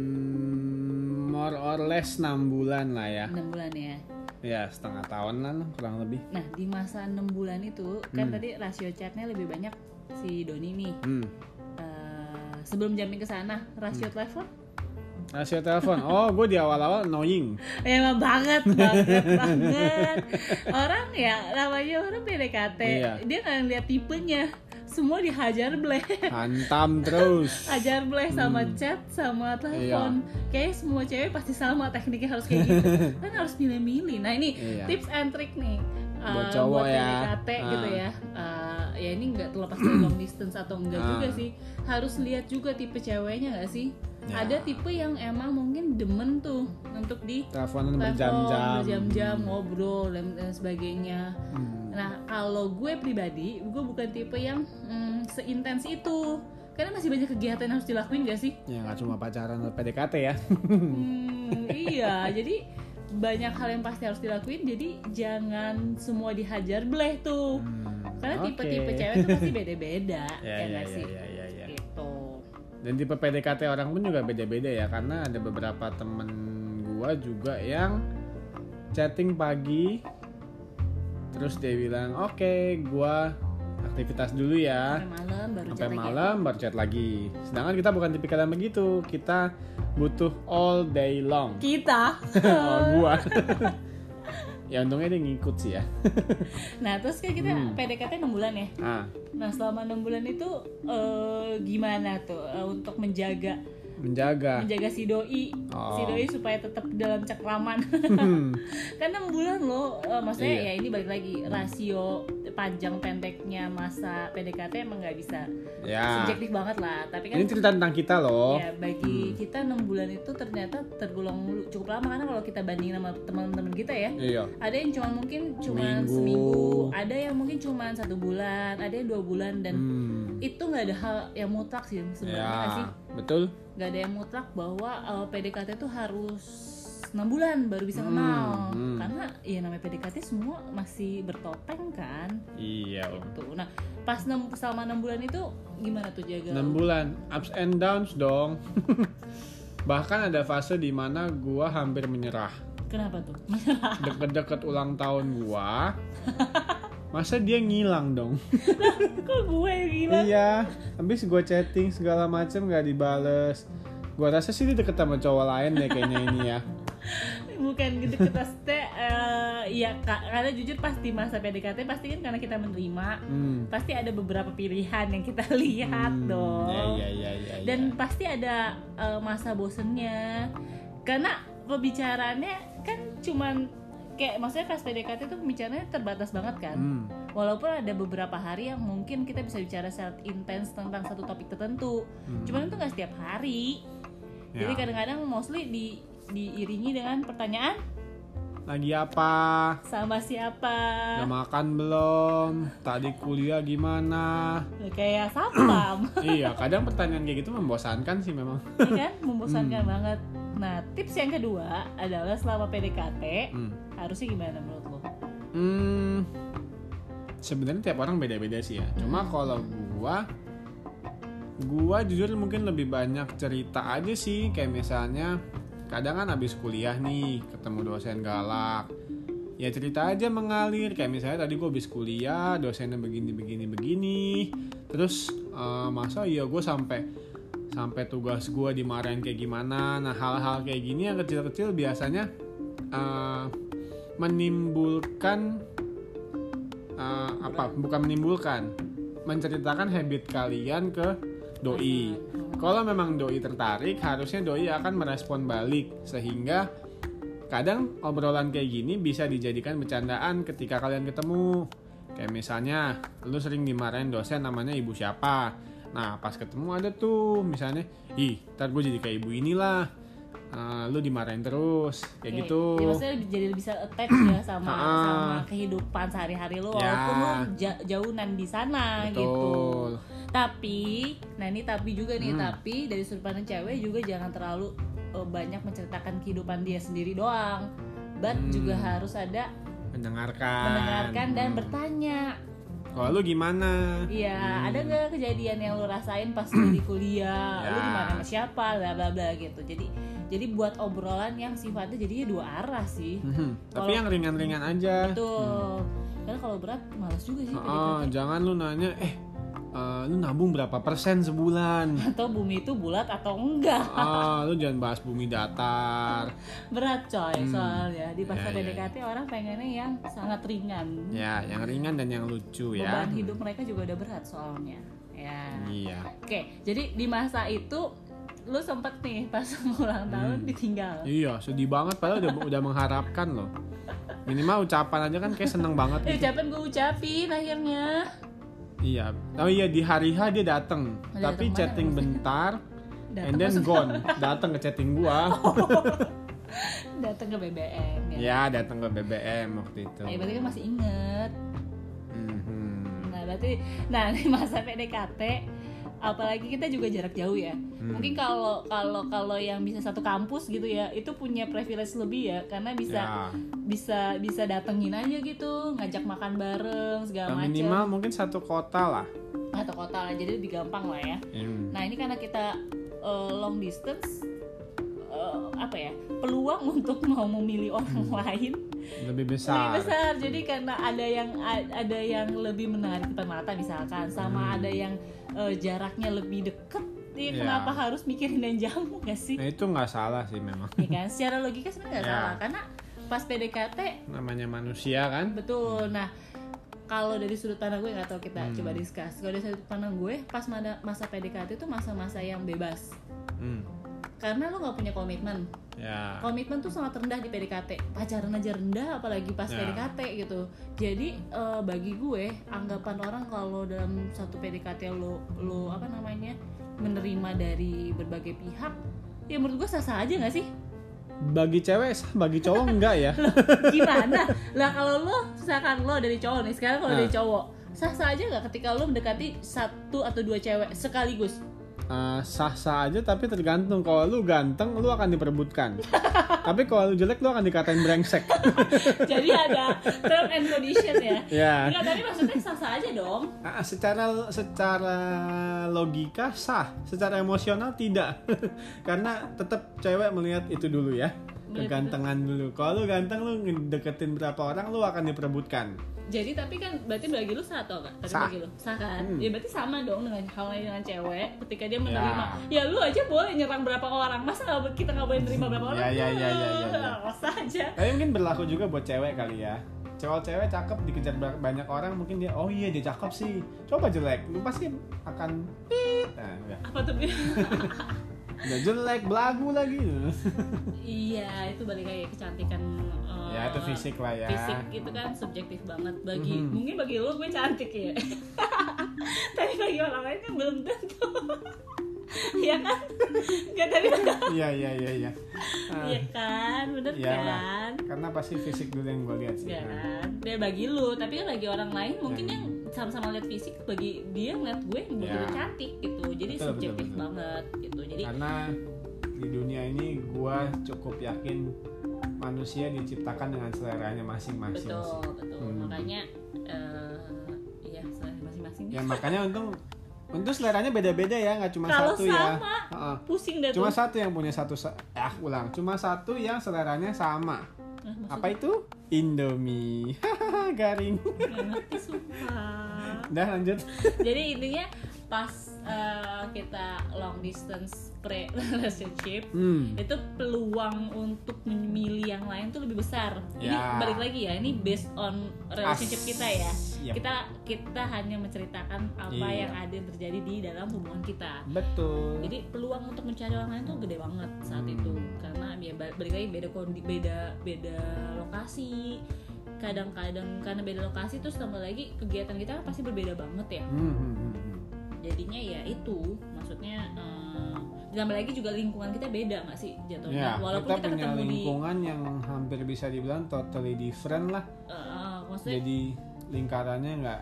[SPEAKER 1] Hmm, more or less 6 bulan lah ya.
[SPEAKER 2] 6 bulan ya
[SPEAKER 1] Ya, setengah tahun lah kurang lebih.
[SPEAKER 2] Nah di masa 6 bulan itu kan tadi rasio chatnya lebih banyak si Doni nih.
[SPEAKER 1] Hmm.
[SPEAKER 2] Eh, sebelum jamming ke sana rasio telepon
[SPEAKER 1] Rasio telepon. Oh, gue di awal-awal annoying.
[SPEAKER 2] Ya, emang banget banget banget orang ya namanya orang PDKT
[SPEAKER 1] Iya.
[SPEAKER 2] dia nggak ngeliat tipenya semua dihajar bleh
[SPEAKER 1] Hantam terus.
[SPEAKER 2] hajar bleh sama chat sama telepon kayak semua cewek pasti sama tekniknya harus kayak gitu kan harus milih-milih nah ini
[SPEAKER 1] Iya.
[SPEAKER 2] tips and trick nih eh,
[SPEAKER 1] Buat cowok ya.
[SPEAKER 2] PDKT gitu
[SPEAKER 1] Ah.
[SPEAKER 2] ya Eh, ya ini nggak terlepas dari long distance atau enggak juga
[SPEAKER 1] Ah.
[SPEAKER 2] sih harus lihat juga tipe ceweknya nggak sih
[SPEAKER 1] Ya.
[SPEAKER 2] ada tipe yang emang mungkin demen tuh untuk di
[SPEAKER 1] Teleponan
[SPEAKER 2] telepon,
[SPEAKER 1] berjam-jam.
[SPEAKER 2] berjam-jam ngobrol dan, dan sebagainya
[SPEAKER 1] Hmm.
[SPEAKER 2] Nah, kalau gue pribadi, gue bukan tipe yang mm, seintens itu. Karena masih banyak kegiatan yang harus dilakuin gak sih?
[SPEAKER 1] Ya nggak cuma pacaran atau PDKT ya.
[SPEAKER 2] Hmm, iya, jadi banyak hal yang pasti harus dilakuin. Jadi jangan semua dihajar bleh tuh. Hmm, Karena
[SPEAKER 1] Oke.
[SPEAKER 2] tipe-tipe cewek tuh pasti beda-beda,
[SPEAKER 1] Ya,
[SPEAKER 2] ya
[SPEAKER 1] ya,
[SPEAKER 2] nggak
[SPEAKER 1] ya,
[SPEAKER 2] sih?
[SPEAKER 1] ya, ya, ya.
[SPEAKER 2] Gitu.
[SPEAKER 1] Dan tipe PDKT orang pun juga beda-beda ya karena ada beberapa temen gua juga yang chatting pagi terus dia bilang oke gua aktivitas dulu ya
[SPEAKER 2] Sampai malam baru
[SPEAKER 1] sampai
[SPEAKER 2] chat lagi. ya."
[SPEAKER 1] malam baru chat lagi sedangkan kita bukan tipikal yang begitu kita butuh all day long
[SPEAKER 2] Kita.
[SPEAKER 1] oh gua ya untungnya dia ngikut sih ya
[SPEAKER 2] nah, terus kan kita
[SPEAKER 1] Hmm.
[SPEAKER 2] PDKT 6 bulan ya.
[SPEAKER 1] ah
[SPEAKER 2] Nah, selama 6 bulan itu eh, gimana tuh eh, untuk menjaga
[SPEAKER 1] menjaga
[SPEAKER 2] menjaga si doi
[SPEAKER 1] Ah. Oh.
[SPEAKER 2] si doi supaya tetap dalam cekraman
[SPEAKER 1] Hmm.
[SPEAKER 2] kan 6 bulan loh eh, maksudnya
[SPEAKER 1] Iya.
[SPEAKER 2] ya ini balik lagi rasio panjang pendeknya masa PDKT emang nggak bisa
[SPEAKER 1] ya
[SPEAKER 2] subjektif banget lah tapi kan
[SPEAKER 1] ini Hmm. cerita tentang kita loh
[SPEAKER 2] ya bagi kita 6 bulan itu ternyata tergolong cukup lama karena kalau kita bandingin sama teman-teman kita ya
[SPEAKER 1] iya
[SPEAKER 2] ada yang cuma mungkin cuma
[SPEAKER 1] Seminggu.
[SPEAKER 2] seminggu ada yang mungkin cuma satu bulan ada yang dua bulan dan
[SPEAKER 1] Hmm.
[SPEAKER 2] itu nggak ada hal yang mutlak sih sebenarnya nggak sih
[SPEAKER 1] Ya, betul.
[SPEAKER 2] nggak ada yang mutlak bahwa eh, PDKT itu harus enam bulan baru bisa kenal
[SPEAKER 1] hmm.
[SPEAKER 2] karena ya namanya PDKT semua masih bertopeng kan
[SPEAKER 1] Iya. Om.
[SPEAKER 2] gitu nah pas 6, selama enam bulan itu gimana tuh jaga
[SPEAKER 1] 6 bulan ups and downs dong. Bahkan ada fase di mana gua hampir menyerah.
[SPEAKER 2] kenapa tuh
[SPEAKER 1] Deket-deket ulang tahun gua. Masa dia ngilang dong?
[SPEAKER 2] kok gue yang gila
[SPEAKER 1] iya. Habis gua chatting segala macem gak dibales. Gua rasa sih dia deket sama cowok lain deh kayaknya ini ya.
[SPEAKER 2] bukan gitu kita teh eh, ya Kak, karena jujur pasti masa PDKT pasti kan karena kita menerima
[SPEAKER 1] Hmm.
[SPEAKER 2] pasti ada beberapa pilihan yang kita lihat
[SPEAKER 1] Hmm,
[SPEAKER 2] dong
[SPEAKER 1] Ya, ya, ya, ya, ya.
[SPEAKER 2] dan pasti ada eh, masa bosennya karena pembicaraannya kan cuman kayak maksudnya pas PDKT itu pembicaraannya terbatas banget kan
[SPEAKER 1] Hmm.
[SPEAKER 2] walaupun ada beberapa hari yang mungkin kita bisa bicara secara intens tentang satu topik tertentu
[SPEAKER 1] Hmm.
[SPEAKER 2] cuman itu nggak setiap hari
[SPEAKER 1] Ya.
[SPEAKER 2] jadi kadang-kadang mostly di diiringi dengan pertanyaan
[SPEAKER 1] Lagi apa?
[SPEAKER 2] sama
[SPEAKER 1] Udah
[SPEAKER 2] siapa
[SPEAKER 1] makan belum? Tadi kuliah gimana?
[SPEAKER 2] kayak sapam
[SPEAKER 1] iya kadang pertanyaan kayak gitu membosankan sih memang
[SPEAKER 2] ya kan membosankan
[SPEAKER 1] Hmm.
[SPEAKER 2] banget nah tips yang kedua adalah selama PDKT
[SPEAKER 1] hmm.
[SPEAKER 2] harusnya gimana menurut lo
[SPEAKER 1] Hmm, sebenarnya tiap orang beda-beda sih ya cuma kalau gua gua jujur mungkin lebih banyak cerita aja sih kayak misalnya kadang kan habis kuliah nih ketemu dosen galak ya cerita aja mengalir kayak misalnya tadi gue habis kuliah dosennya begini begini begini terus eh, masa iya gue sampai sampai tugas gue dimarahin kayak gimana nah hal-hal kayak gini yang kecil-kecil biasanya eh, menimbulkan eh, apa bukan menimbulkan menceritakan habit kalian ke doi kalau memang doi tertarik harusnya doi akan merespon balik sehingga kadang obrolan kayak gini bisa dijadikan bercandaan ketika kalian ketemu kayak misalnya lu sering dimarahin dosen namanya ibu siapa nah pas ketemu ada tuh misalnya ih ntar gue jadi kayak ibu inilah Eh, lu dimarahin terus kayak
[SPEAKER 2] Oke,
[SPEAKER 1] gitu
[SPEAKER 2] jadi Iya, maksudnya lebih- jadi bisa attach ya sama
[SPEAKER 1] Ah.
[SPEAKER 2] sama kehidupan sehari-hari
[SPEAKER 1] Ya.
[SPEAKER 2] lo walaupun lo ja- jauhan di sana gitu.
[SPEAKER 1] betul
[SPEAKER 2] Tapi, nah ini tapi juga nih,
[SPEAKER 1] Hmm.
[SPEAKER 2] tapi dari sudut pandang cewek juga jangan terlalu eh, banyak menceritakan kehidupan dia sendiri doang but
[SPEAKER 1] Hmm.
[SPEAKER 2] juga harus ada
[SPEAKER 1] mendengarkan
[SPEAKER 2] mendengarkan dan
[SPEAKER 1] Hmm.
[SPEAKER 2] bertanya
[SPEAKER 1] kalau lu gimana
[SPEAKER 2] Iya,
[SPEAKER 1] Hmm.
[SPEAKER 2] ada nggak kejadian yang lu rasain pas lu di kuliah? Lu
[SPEAKER 1] Ya.
[SPEAKER 2] gimana sama siapa? Bla bla bla gitu. Jadi jadi buat obrolan yang sifatnya jadinya dua arah sih.
[SPEAKER 1] Mhm. tapi
[SPEAKER 2] Kalau-
[SPEAKER 1] yang ringan-ringan aja Hmm.
[SPEAKER 2] Betul. Gitu, Karena kalau berat males juga sih
[SPEAKER 1] Heeh,
[SPEAKER 2] PDKT.
[SPEAKER 1] Ah, jangan lu nanya eh eh, lu nabung berapa persen sebulan
[SPEAKER 2] Atau bumi itu bulat atau enggak?
[SPEAKER 1] Ah, lu jangan bahas bumi datar
[SPEAKER 2] Berat coy
[SPEAKER 1] Hmm.
[SPEAKER 2] soalnya di
[SPEAKER 1] Ya,
[SPEAKER 2] pasar
[SPEAKER 1] ya,
[SPEAKER 2] PDKT orang pengennya yang sangat ringan.
[SPEAKER 1] ya yang ringan dan yang lucu ya
[SPEAKER 2] Beban hidup mereka juga udah berat soalnya. Ya.
[SPEAKER 1] iya
[SPEAKER 2] Oke, jadi di masa itu lu sempet nih pas ulang tahun
[SPEAKER 1] Hmm.
[SPEAKER 2] ditinggal.
[SPEAKER 1] Iya, sedih banget padahal udah udah mengharapkan loh. Minimal ucapan aja kan kayak seneng banget
[SPEAKER 2] Eh,
[SPEAKER 1] gitu.
[SPEAKER 2] ucapan gue ucapin akhirnya.
[SPEAKER 1] Iya. Oh iya di hari H dia dateng,
[SPEAKER 2] Dateng
[SPEAKER 1] tapi
[SPEAKER 2] mana
[SPEAKER 1] chatting
[SPEAKER 2] maksudnya?
[SPEAKER 1] bentar and
[SPEAKER 2] Datang
[SPEAKER 1] then
[SPEAKER 2] langsung-
[SPEAKER 1] gone. Dateng ke chatting gua.
[SPEAKER 2] Oh, datang ke BBM ya.
[SPEAKER 1] Ya, dateng ke BBM waktu itu.
[SPEAKER 2] Eh, berarti kan masih inget.
[SPEAKER 1] Mhm.
[SPEAKER 2] Nah, berarti nah di masa PDKT apalagi kita juga jarak jauh ya.
[SPEAKER 1] Hmm.
[SPEAKER 2] Mungkin kalau kalau kalau yang bisa satu kampus gitu ya, itu punya privilege lebih ya karena bisa
[SPEAKER 1] Ya.
[SPEAKER 2] bisa bisa datengin aja gitu, ngajak makan bareng
[SPEAKER 1] Yang
[SPEAKER 2] segala macam
[SPEAKER 1] Ya, minimal mungkin satu kota lah.
[SPEAKER 2] atau kota jadi lebih gampang lah ya.
[SPEAKER 1] Hmm.
[SPEAKER 2] Nah, ini karena kita eh, long distance eh, apa ya peluang untuk mau memilih orang
[SPEAKER 1] Hmm.
[SPEAKER 2] lain
[SPEAKER 1] Lebih
[SPEAKER 2] lebih
[SPEAKER 1] besar.
[SPEAKER 2] besar jadi karena ada yang a- ada yang lebih menarik depan mata misalkan
[SPEAKER 1] Hmm.
[SPEAKER 2] sama ada yang eh, jaraknya lebih deket ya,
[SPEAKER 1] Iya.
[SPEAKER 2] kenapa harus mikirin yang jauh gak sih
[SPEAKER 1] Nah, itu nggak salah sih memang.
[SPEAKER 2] ya kan secara logika sebenarnya nggak
[SPEAKER 1] Iya.
[SPEAKER 2] salah karena pas PDKT
[SPEAKER 1] Namanya manusia kan.
[SPEAKER 2] betul nah kalau dari sudut pandang gue nggak tahu kita
[SPEAKER 1] Hmm.
[SPEAKER 2] coba diskus kalau dari sudut pandang gue pas mada- masa PDKT itu masa-masa yang bebas
[SPEAKER 1] Hmm.
[SPEAKER 2] karena lo nggak punya komitmen
[SPEAKER 1] Ya.
[SPEAKER 2] komitmen tuh sangat rendah di PDKT pacaran aja rendah apalagi pas
[SPEAKER 1] Ya.
[SPEAKER 2] PDKT gitu jadi eh, bagi gue anggapan orang kalau dalam satu PDKT lo lo apa namanya menerima dari berbagai pihak ya menurut gue sah-sah aja nggak sih
[SPEAKER 1] Bagi cewek, sah, bagi cowok enggak ya?
[SPEAKER 2] gimana lah kalau lo misalkan lo dari cowok nih sekarang kalau
[SPEAKER 1] Nah.
[SPEAKER 2] dari cowok sah-sah aja nggak ketika lo mendekati satu atau dua cewek sekaligus
[SPEAKER 1] Eh, sah-sah aja tapi tergantung kalau lu ganteng lu akan diperebutkan tapi kalau lu jelek lu akan dikatain brengsek
[SPEAKER 2] jadi ada term and condition ya
[SPEAKER 1] ya
[SPEAKER 2] Enggak, tapi maksudnya sah-sah aja dong
[SPEAKER 1] Ah, secara secara logika sah secara emosional tidak karena tetap cewek melihat itu dulu ya
[SPEAKER 2] Iya, Melihat itu.
[SPEAKER 1] kegantengan dulu kalau lu ganteng lu ngedeketin berapa orang lu akan diperebutkan
[SPEAKER 2] Jadi tapi kan berarti bagi lu sah atau enggak? Tapi
[SPEAKER 1] Sah.
[SPEAKER 2] bagi lu sah kan?
[SPEAKER 1] Hmm.
[SPEAKER 2] Ya berarti sama dong dengan hal lain dengan cewek ketika dia menerima. Ya,
[SPEAKER 1] Ya.
[SPEAKER 2] lu aja boleh nyerang berapa orang. Masa nggak- kita nggak boleh nerima berapa
[SPEAKER 1] Ya,
[SPEAKER 2] orang?
[SPEAKER 1] ya, ya, ya, ya, ya.
[SPEAKER 2] Nah, Sah aja.
[SPEAKER 1] tapi mungkin berlaku juga buat cewek kali ya cowok-cewek cakep dikejar ba- banyak orang mungkin dia oh iya dia cakep sih coba jelek lu pasti akan nah, ya.
[SPEAKER 2] Apa tuh?
[SPEAKER 1] udah jelek belagu lagi
[SPEAKER 2] iya, itu balik lagi kecantikan eh,
[SPEAKER 1] ya itu fisik lah ya
[SPEAKER 2] Fisik itu kan subjektif banget bagi
[SPEAKER 1] Mhm.
[SPEAKER 2] mungkin bagi lu gue cantik ya. tapi bagi orang lain kan belum tentu. Iya kan? Enggak tapi
[SPEAKER 1] iya iya iya iya Ah,
[SPEAKER 2] Iya kan? Bener
[SPEAKER 1] Iya lah.
[SPEAKER 2] kan?
[SPEAKER 1] karena pasti fisik dulu yang gue lihat sih
[SPEAKER 2] Ya
[SPEAKER 1] Nah,
[SPEAKER 2] kan? Dia bagi lu, tapi kan bagi orang lain mungkin
[SPEAKER 1] Ya.
[SPEAKER 2] yang sama-sama lihat fisik bagi dia ngeliat gue yang begitu
[SPEAKER 1] Ya.
[SPEAKER 2] cantik gitu. Jadi
[SPEAKER 1] Betul,
[SPEAKER 2] subjektif
[SPEAKER 1] betul, Ah, betul.
[SPEAKER 2] banget gitu. Jadi
[SPEAKER 1] karena di dunia ini gue cukup yakin manusia diciptakan dengan seleranya masing-masing
[SPEAKER 2] betul,
[SPEAKER 1] sih.
[SPEAKER 2] betul.
[SPEAKER 1] Hmm.
[SPEAKER 2] Makanya eh iya selera masing-masing.
[SPEAKER 1] ya makanya untung untung seleranya beda-beda ya nggak cuma
[SPEAKER 2] Kalau
[SPEAKER 1] satu ya
[SPEAKER 2] sama
[SPEAKER 1] Heeh.
[SPEAKER 2] pusing deh
[SPEAKER 1] cuma
[SPEAKER 2] tuh.
[SPEAKER 1] satu yang punya satu sa- ah ulang cuma satu yang seleranya sama
[SPEAKER 2] Nah, maksud-
[SPEAKER 1] apa itu Indomie Hahaha, garing
[SPEAKER 2] nggak ngerti sumpah.
[SPEAKER 1] udah lanjut
[SPEAKER 2] Jadi intinya pas eh, kita long distance pre relationship
[SPEAKER 1] hmm
[SPEAKER 2] itu peluang untuk memilih yang lain tuh lebih besar. Ini
[SPEAKER 1] Ya.
[SPEAKER 2] balik lagi ya, ini based on relationship
[SPEAKER 1] As- iya.
[SPEAKER 2] kita ya.
[SPEAKER 1] Yap.
[SPEAKER 2] Kita kita hanya menceritakan apa
[SPEAKER 1] Iya.
[SPEAKER 2] yang ada yang terjadi di dalam hubungan kita.
[SPEAKER 1] betul
[SPEAKER 2] Jadi peluang untuk mencari orang lain tuh gede banget saat
[SPEAKER 1] Hmm.
[SPEAKER 2] itu karena ya ba- balik lagi beda kondi, beda beda lokasi. Kadang-kadang karena beda lokasi terus tambah lagi kegiatan kita kan pasti berbeda banget ya.
[SPEAKER 1] Hmm, hmm, hmm, hmm.
[SPEAKER 2] Jadinya ya itu maksudnya eh, tambah lagi juga lingkungan kita beda nggak sih
[SPEAKER 1] Ya,
[SPEAKER 2] jatuhnya. Walaupun
[SPEAKER 1] kita,
[SPEAKER 2] kita,
[SPEAKER 1] punya
[SPEAKER 2] ketemu di
[SPEAKER 1] lingkungan yang hampir bisa dibilang totally different lah.
[SPEAKER 2] Eh, eh, maksudnya
[SPEAKER 1] Jadi lingkarannya nggak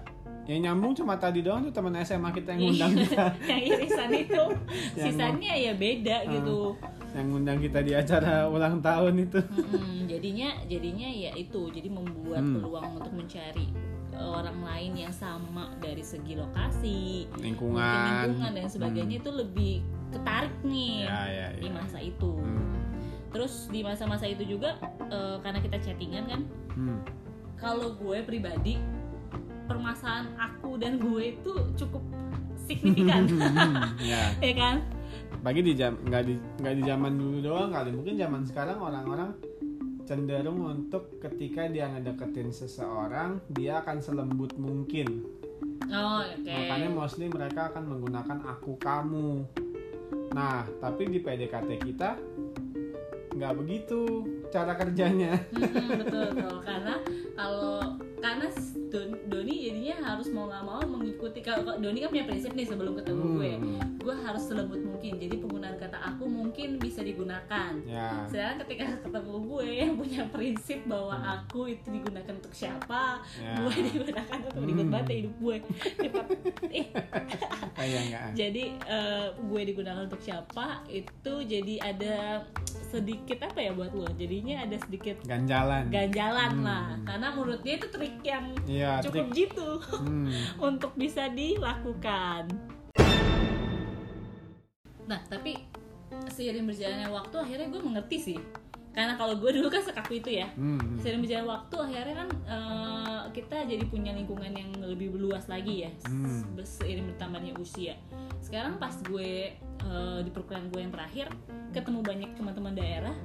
[SPEAKER 1] Yang nyambung cuma tadi doang tuh teman SMA kita
[SPEAKER 2] Iya.
[SPEAKER 1] yang ngundang kita.
[SPEAKER 2] yang irisan itu sisanya ya beda
[SPEAKER 1] Ah.
[SPEAKER 2] gitu
[SPEAKER 1] yang ngundang kita di acara ulang tahun itu.
[SPEAKER 2] Mm, jadinya jadinya ya itu jadi membuat
[SPEAKER 1] Hmm.
[SPEAKER 2] peluang untuk mencari eh, orang lain yang sama dari segi lokasi mungkin
[SPEAKER 1] Lingkungan. Hmm.
[SPEAKER 2] lingkungan dan sebagainya Iya. itu lebih ketarik nih
[SPEAKER 1] Ya, ya, ya.
[SPEAKER 2] di masa itu
[SPEAKER 1] Hmm.
[SPEAKER 2] terus di masa-masa itu juga eh, karena kita chattingan kan
[SPEAKER 1] Hmm.
[SPEAKER 2] kalau gue pribadi permasalahan aku dan gue itu cukup signifikan
[SPEAKER 1] ya,
[SPEAKER 2] ya kan
[SPEAKER 1] bagi di jam nggak di nggak di zaman dulu doang kali. Mungkin zaman sekarang orang-orang cenderung untuk ketika dia ngedeketin seseorang, dia akan selembut mungkin.
[SPEAKER 2] oh oke
[SPEAKER 1] Makanya mostly mereka akan menggunakan aku kamu. Nah, tapi di PDKT kita nggak begitu cara kerjanya.
[SPEAKER 2] Mm-mm, betul betul karena kalau karena s- Don- Doni jadinya harus mau nggak mau mengikuti kalau kalau Doni kan punya prinsip nih sebelum ketemu gue
[SPEAKER 1] Hmm,
[SPEAKER 2] gue harus selembut mungkin jadi penggunaan kata aku mungkin bisa digunakan
[SPEAKER 1] Ya.
[SPEAKER 2] sedangkan ketika ketemu gue yang punya prinsip bahwa aku itu digunakan untuk siapa
[SPEAKER 1] Hmm. ya.
[SPEAKER 2] gue digunakan untuk
[SPEAKER 1] Hmm.
[SPEAKER 2] ribet banget ya hidup gue Ribet. Ih,
[SPEAKER 1] Kayak ya, nggak.
[SPEAKER 2] jadi eh, gue digunakan untuk siapa itu jadi ada sedikit apa ya buat lo jadinya ada sedikit
[SPEAKER 1] Ganjalan.
[SPEAKER 2] ganjalan
[SPEAKER 1] Hmm.
[SPEAKER 2] lah karena menurut dia itu trik yang
[SPEAKER 1] Iya.
[SPEAKER 2] cukup
[SPEAKER 1] trik.
[SPEAKER 2] jitu
[SPEAKER 1] Hmm.
[SPEAKER 2] untuk bisa dilakukan nah tapi seiring berjalannya waktu akhirnya gue mengerti sih karena kalau gue dulu kan sekaku itu ya
[SPEAKER 1] Hmm.
[SPEAKER 2] seiring berjalannya waktu akhirnya kan eh, kita jadi punya lingkungan yang lebih luas lagi ya se-
[SPEAKER 1] Hmm.
[SPEAKER 2] seiring bertambahnya usia sekarang pas gue eh, di perkuliahan gue yang terakhir ketemu banyak teman-teman daerah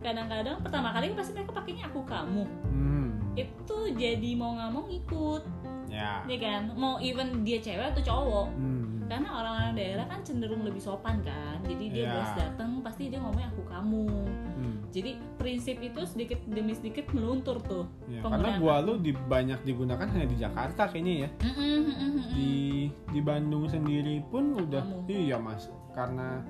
[SPEAKER 2] kadang-kadang pertama kali pasti mereka pakainya aku kamu
[SPEAKER 1] Hmm.
[SPEAKER 2] itu jadi mau nggak mau ngikut
[SPEAKER 1] Ya.
[SPEAKER 2] ya kan mau even dia cewek atau cowok
[SPEAKER 1] Hmm.
[SPEAKER 2] karena orang-orang daerah kan cenderung lebih sopan kan jadi dia
[SPEAKER 1] Iya.
[SPEAKER 2] pas datang pasti dia ngomongnya aku kamu
[SPEAKER 1] Hmm.
[SPEAKER 2] jadi prinsip itu sedikit demi sedikit meluntur tuh
[SPEAKER 1] Ya, karena
[SPEAKER 2] Penggunaan. kan?
[SPEAKER 1] gua lu di, banyak digunakan hanya di Jakarta kayaknya ya.
[SPEAKER 2] Hmm.
[SPEAKER 1] Di di Bandung sendiri pun udah
[SPEAKER 2] Kamu.
[SPEAKER 1] iya mas. Karena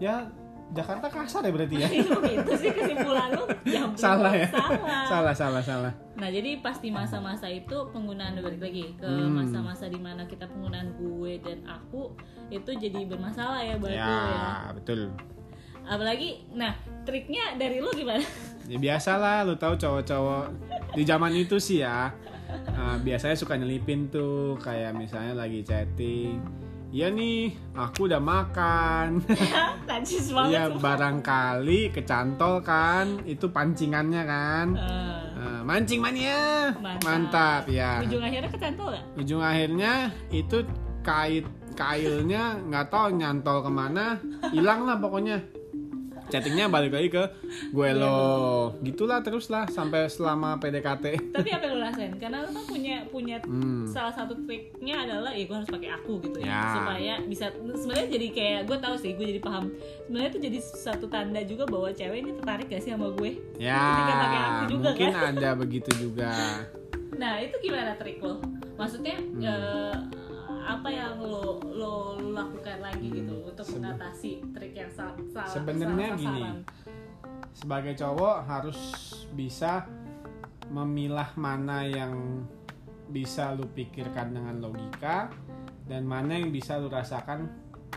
[SPEAKER 1] ya Jakarta kasar ya berarti ya.
[SPEAKER 2] itu sih kesimpulan lu jam
[SPEAKER 1] Salah ya?
[SPEAKER 2] salah.
[SPEAKER 1] salah salah salah.
[SPEAKER 2] nah jadi pas di masa-masa itu penggunaan balik lagi ke
[SPEAKER 1] Hmm.
[SPEAKER 2] masa-masa dimana kita penggunaan gue dan aku itu jadi bermasalah ya buat
[SPEAKER 1] ya
[SPEAKER 2] lo ya
[SPEAKER 1] betul.
[SPEAKER 2] apalagi nah triknya dari lu gimana
[SPEAKER 1] Ya biasalah, lu tahu cowok-cowok di zaman itu sih ya. eh, biasanya suka nyelipin tuh kayak misalnya lagi chatting. Iya nih, aku udah makan.
[SPEAKER 2] najis banget
[SPEAKER 1] Iya, barangkali kecantol kan, itu pancingannya kan.
[SPEAKER 2] Eh,
[SPEAKER 1] Eh, mancing mania.
[SPEAKER 2] Mantap.
[SPEAKER 1] Mantap ya.
[SPEAKER 2] ujung akhirnya kecantol gak?
[SPEAKER 1] Ujung akhirnya itu kait kailnya nggak tahu nyantol kemana, hilang lah pokoknya. Chattingnya balik lagi ke gue lo, gitulah terus lah sampai selama PDKT.
[SPEAKER 2] tapi apa yang lo rasain? karena lo kan punya punya
[SPEAKER 1] Hmm.
[SPEAKER 2] salah satu triknya adalah ya gue harus pakai aku gitu ya,
[SPEAKER 1] Ya.
[SPEAKER 2] supaya bisa sebenarnya jadi kayak gue tahu sih gue jadi paham sebenarnya itu jadi satu tanda juga bahwa cewek ini tertarik gak sih sama gue Jadi kayak pakai aku
[SPEAKER 1] Ya,
[SPEAKER 2] juga, kan.
[SPEAKER 1] mungkin ada begitu juga.
[SPEAKER 2] nah itu gimana trik lo? maksudnya
[SPEAKER 1] Hmm.
[SPEAKER 2] eh, apa yang lo lo lakukan lagi gitu untuk
[SPEAKER 1] Seben-
[SPEAKER 2] mengatasi trik yang sa- salah
[SPEAKER 1] Hmm, Sebenarnya
[SPEAKER 2] salah sasaran?
[SPEAKER 1] gini. Sebagai cowok harus bisa memilah mana yang bisa lu pikirkan dengan logika dan mana yang bisa lu rasakan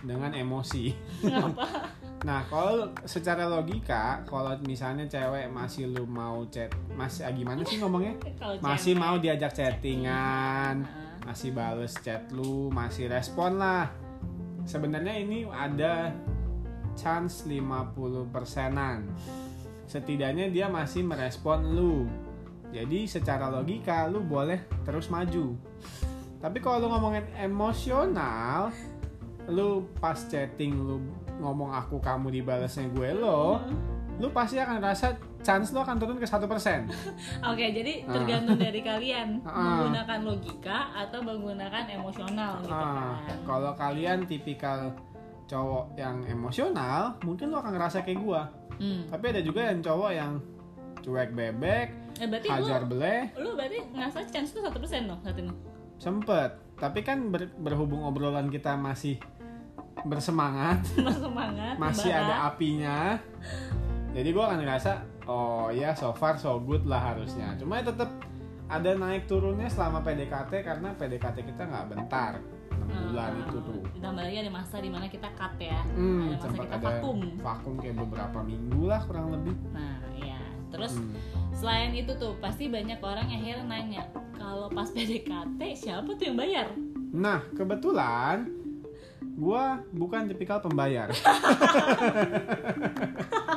[SPEAKER 1] dengan emosi.
[SPEAKER 2] kenapa?
[SPEAKER 1] Nah, kalau secara logika, kalau misalnya cewek masih lu mau chat, masih ah, gimana sih ngomongnya?
[SPEAKER 2] Eh, Kalau
[SPEAKER 1] Masih
[SPEAKER 2] cewek-
[SPEAKER 1] mau diajak chattingan,
[SPEAKER 2] Ah.
[SPEAKER 1] masih bales chat lu, masih respon lah. Sebenarnya ini ada chance 50 persenan. Setidaknya dia masih merespon lu. Jadi secara logika lu boleh terus maju. Tapi kalau lu ngomongin emosional, lu pas chatting lu ngomong aku kamu dibalasnya gue lo,
[SPEAKER 2] Hmm.
[SPEAKER 1] lu pasti akan rasa chance lu akan turun ke satu persen.
[SPEAKER 2] Oke, jadi
[SPEAKER 1] Ah.
[SPEAKER 2] tergantung dari kalian
[SPEAKER 1] Ah.
[SPEAKER 2] menggunakan logika atau menggunakan emosional gitu
[SPEAKER 1] Ah,
[SPEAKER 2] kan.
[SPEAKER 1] kalau kalian tipikal cowok yang emosional, mungkin lo akan ngerasa kayak gua.
[SPEAKER 2] Hmm.
[SPEAKER 1] Tapi ada juga yang cowok yang cuek bebek,
[SPEAKER 2] Eh, berarti
[SPEAKER 1] hajar
[SPEAKER 2] lu
[SPEAKER 1] beleh,
[SPEAKER 2] lu berarti ngerasa chance itu 1% dong saat ini.
[SPEAKER 1] sempet. Tapi kan ber- berhubung obrolan kita masih bersemangat,
[SPEAKER 2] Masih semangat. Ah.
[SPEAKER 1] masih ada apinya. iya, Jadi gua akan ngerasa, oh ya so far so good lah harusnya. Cuma tetap ada naik turunnya selama PDKT karena PDKT kita nggak bentar 6 bulan
[SPEAKER 2] Nah,
[SPEAKER 1] itu tuh
[SPEAKER 2] Ditambah lagi ada masa dimana kita cut ya.
[SPEAKER 1] Hmm,
[SPEAKER 2] ada masa
[SPEAKER 1] sempat
[SPEAKER 2] kita
[SPEAKER 1] ada
[SPEAKER 2] vakum.
[SPEAKER 1] vakum kayak beberapa minggu lah kurang lebih
[SPEAKER 2] Nah, ya. Terus
[SPEAKER 1] Hmm.
[SPEAKER 2] selain itu tuh pasti banyak orang yang akhirnya nanya, kalau pas PDKT siapa tuh yang bayar?
[SPEAKER 1] nah kebetulan gua bukan tipikal pembayar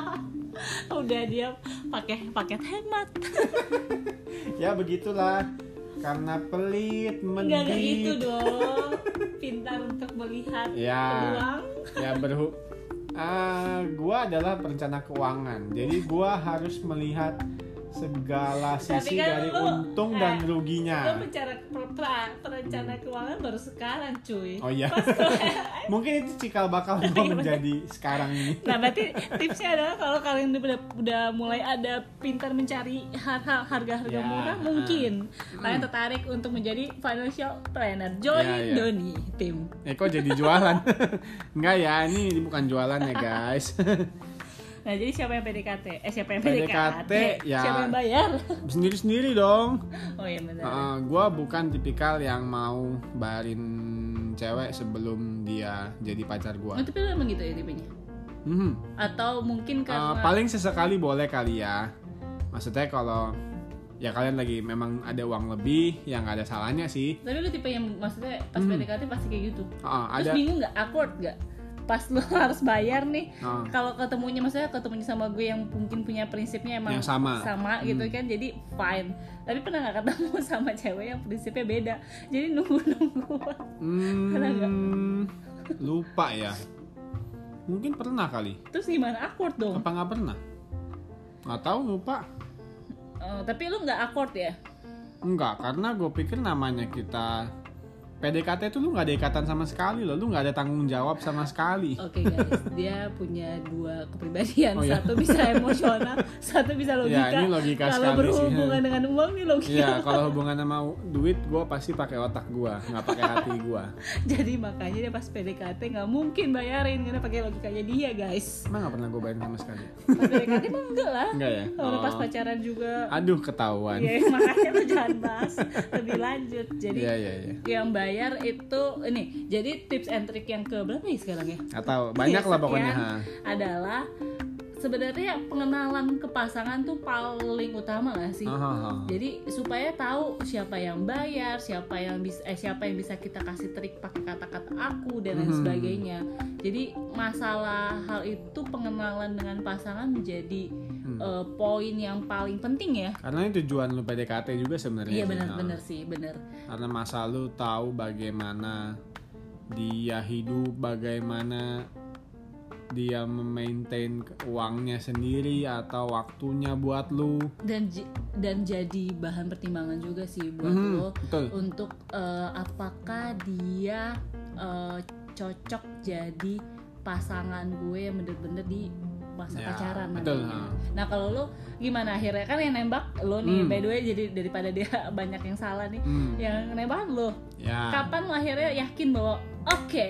[SPEAKER 2] Udah dia pakai paket hemat.
[SPEAKER 1] ya begitulah karena pelit
[SPEAKER 2] Enggak kayak gitu
[SPEAKER 1] mending
[SPEAKER 2] dong. Pintar untuk melihat
[SPEAKER 1] Ya.
[SPEAKER 2] peluang.
[SPEAKER 1] ya berhu ah gua adalah perencana keuangan jadi gua harus melihat segala
[SPEAKER 2] Tapi
[SPEAKER 1] sisi
[SPEAKER 2] kan
[SPEAKER 1] dari
[SPEAKER 2] lu,
[SPEAKER 1] untung dan
[SPEAKER 2] eh, Lo
[SPEAKER 1] ruginya
[SPEAKER 2] bicara per- per- perencana keuangan baru sekarang cuy.
[SPEAKER 1] oh iya
[SPEAKER 2] Pas lu- eh,
[SPEAKER 1] mungkin itu cikal bakal gua menjadi sekarang ini
[SPEAKER 2] Nah berarti tipsnya adalah kalau kalian udah, udah mulai ada pintar mencari har- har- harga-harga
[SPEAKER 1] Ya. Hmm.
[SPEAKER 2] murah mungkin kalian tertarik untuk menjadi financial planner join
[SPEAKER 1] Ya, ya.
[SPEAKER 2] Doni tim.
[SPEAKER 1] Eh kok jadi jualan? Enggak ya, ini bukan jualan ya guys
[SPEAKER 2] Nah jadi siapa yang PDKT? Eh siapa yang PDKT?
[SPEAKER 1] PDKT, ya.
[SPEAKER 2] Siapa yang bayar?
[SPEAKER 1] Sendiri-sendiri dong
[SPEAKER 2] Oh iya benar.
[SPEAKER 1] Heeh, Gua bukan tipikal yang mau bayarin cewek sebelum dia jadi pacar
[SPEAKER 2] Oh,
[SPEAKER 1] gua
[SPEAKER 2] tapi lu emang gitu ya tipenya?
[SPEAKER 1] Mhm.
[SPEAKER 2] Atau
[SPEAKER 1] Eh,
[SPEAKER 2] mungkin karena
[SPEAKER 1] Paling sesekali boleh kali ya Maksudnya kalau ya kalian lagi memang ada uang lebih ya nggak ada salahnya sih
[SPEAKER 2] tapi lu tipe yang maksudnya pas
[SPEAKER 1] Hmm.
[SPEAKER 2] PDKT pasti kayak gitu.
[SPEAKER 1] Heeh,
[SPEAKER 2] Terus
[SPEAKER 1] ada
[SPEAKER 2] bingung nggak? Awkward nggak? Pas lu harus bayar nih,
[SPEAKER 1] Heeh.
[SPEAKER 2] kalau ketemunya maksudnya ketemunya sama gue yang mungkin punya prinsipnya emang
[SPEAKER 1] Yang sama.
[SPEAKER 2] gitu kan jadi fine tapi pernah nggak ketemu sama cewek yang prinsipnya beda jadi nunggu nunggu
[SPEAKER 1] Hmm,
[SPEAKER 2] Pernah nggak?
[SPEAKER 1] lupa ya mungkin pernah kali
[SPEAKER 2] terus gimana awkward dong
[SPEAKER 1] apa nggak pernah nggak tahu lupa
[SPEAKER 2] Eh, tapi lu nggak awkward ya
[SPEAKER 1] Enggak, karena gue pikir namanya kita PDKT itu lu nggak ada ikatan sama sekali loh, lu nggak ada tanggung jawab sama sekali.
[SPEAKER 2] oke guys dia punya dua kepribadian
[SPEAKER 1] Oh, iya.
[SPEAKER 2] satu bisa emosional satu bisa logika
[SPEAKER 1] Ya ini logika
[SPEAKER 2] kalau
[SPEAKER 1] sekali
[SPEAKER 2] berhubungan
[SPEAKER 1] sih.
[SPEAKER 2] dengan uang nih logika
[SPEAKER 1] Iya, kalau hubungan sama duit, gue pasti pakai otak gue, nggak pakai hati gue.
[SPEAKER 2] jadi makanya dia pas PDKT nggak mungkin bayarin karena pakai logikanya dia guys
[SPEAKER 1] Emang nggak pernah gue bayarin sama sekali.
[SPEAKER 2] pas PDKT mah enggak lah
[SPEAKER 1] Enggak ya?
[SPEAKER 2] kalau pas
[SPEAKER 1] Oh.
[SPEAKER 2] pacaran juga
[SPEAKER 1] Aduh ketahuan. Iya
[SPEAKER 2] Iya, makanya lu jangan bahas lebih lanjut. Jadi
[SPEAKER 1] iya iya.
[SPEAKER 2] yang bayar itu ini. Jadi tips and trick yang ke berapa ya sekarang ya?
[SPEAKER 1] Atau banyak lah
[SPEAKER 2] Sekian
[SPEAKER 1] pokoknya. ha.
[SPEAKER 2] Adalah sebenarnya pengenalan ke pasangan tuh paling utama gak sih?
[SPEAKER 1] Aha, aha.
[SPEAKER 2] Jadi supaya tahu siapa yang bayar, siapa yang bisa eh, siapa yang bisa kita kasih trik pakai kata-kata aku dan lain
[SPEAKER 1] Hmm.
[SPEAKER 2] sebagainya. Jadi masalah hal itu pengenalan dengan pasangan menjadi
[SPEAKER 1] Hmm.
[SPEAKER 2] eh, poin yang paling penting ya.
[SPEAKER 1] Karena ini tujuan lu PDKT juga sebenarnya.
[SPEAKER 2] Iya
[SPEAKER 1] sih, ha.
[SPEAKER 2] benar-benar sih, benar.
[SPEAKER 1] karena masa lu tahu bagaimana dia hidup bagaimana dia memaintain uangnya sendiri atau waktunya buat lu
[SPEAKER 2] dan j- dan jadi bahan pertimbangan juga sih buat
[SPEAKER 1] Mhm,
[SPEAKER 2] lo
[SPEAKER 1] betul
[SPEAKER 2] untuk eh, apakah dia eh, cocok jadi pasangan gue yang bener-bener di masa
[SPEAKER 1] Ya,
[SPEAKER 2] pacaran
[SPEAKER 1] betul,
[SPEAKER 2] nantinya.
[SPEAKER 1] ha.
[SPEAKER 2] Nah kalau lo gimana akhirnya kan yang nembak lo nih
[SPEAKER 1] Hmm.
[SPEAKER 2] by the way jadi daripada dia banyak yang salah nih
[SPEAKER 1] Hmm,
[SPEAKER 2] yang nembak lo
[SPEAKER 1] ya
[SPEAKER 2] kapan lo akhirnya yakin bahwa oke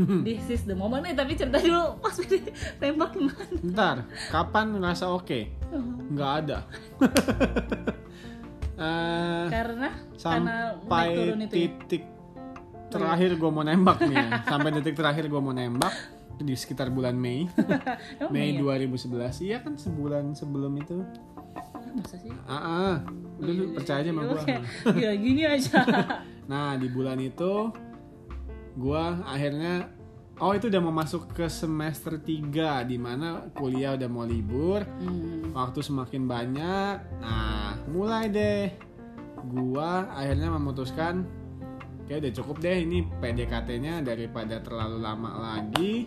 [SPEAKER 1] Hmm.
[SPEAKER 2] this is the moment nih tapi cerita dulu pas nembak gimana?
[SPEAKER 1] ntar kapan ngerasa oke
[SPEAKER 2] Uh-huh.
[SPEAKER 1] nggak ada Eh,
[SPEAKER 2] Karena karena naik
[SPEAKER 1] sampai
[SPEAKER 2] turun itu. ya?
[SPEAKER 1] titik terakhir gue mau nembak nih ya. sampai titik terakhir gue mau nembak di sekitar bulan Mei
[SPEAKER 2] Emang
[SPEAKER 1] Mei
[SPEAKER 2] iya?
[SPEAKER 1] 2011 iya kan sebulan sebelum itu
[SPEAKER 2] Masa sih?
[SPEAKER 1] Ah, ah. Udah, lu percaya aja sama
[SPEAKER 2] Lu
[SPEAKER 1] gua.
[SPEAKER 2] kayak, Gila gini aja.
[SPEAKER 1] Nah, di bulan itu gua akhirnya oh itu udah mau masuk ke semester 3 di mana kuliah udah mau libur,
[SPEAKER 2] Hmm.
[SPEAKER 1] waktu semakin banyak. Nah, mulai deh gua akhirnya memutuskan kayak udah cukup deh ini PDKT-nya daripada terlalu lama lagi.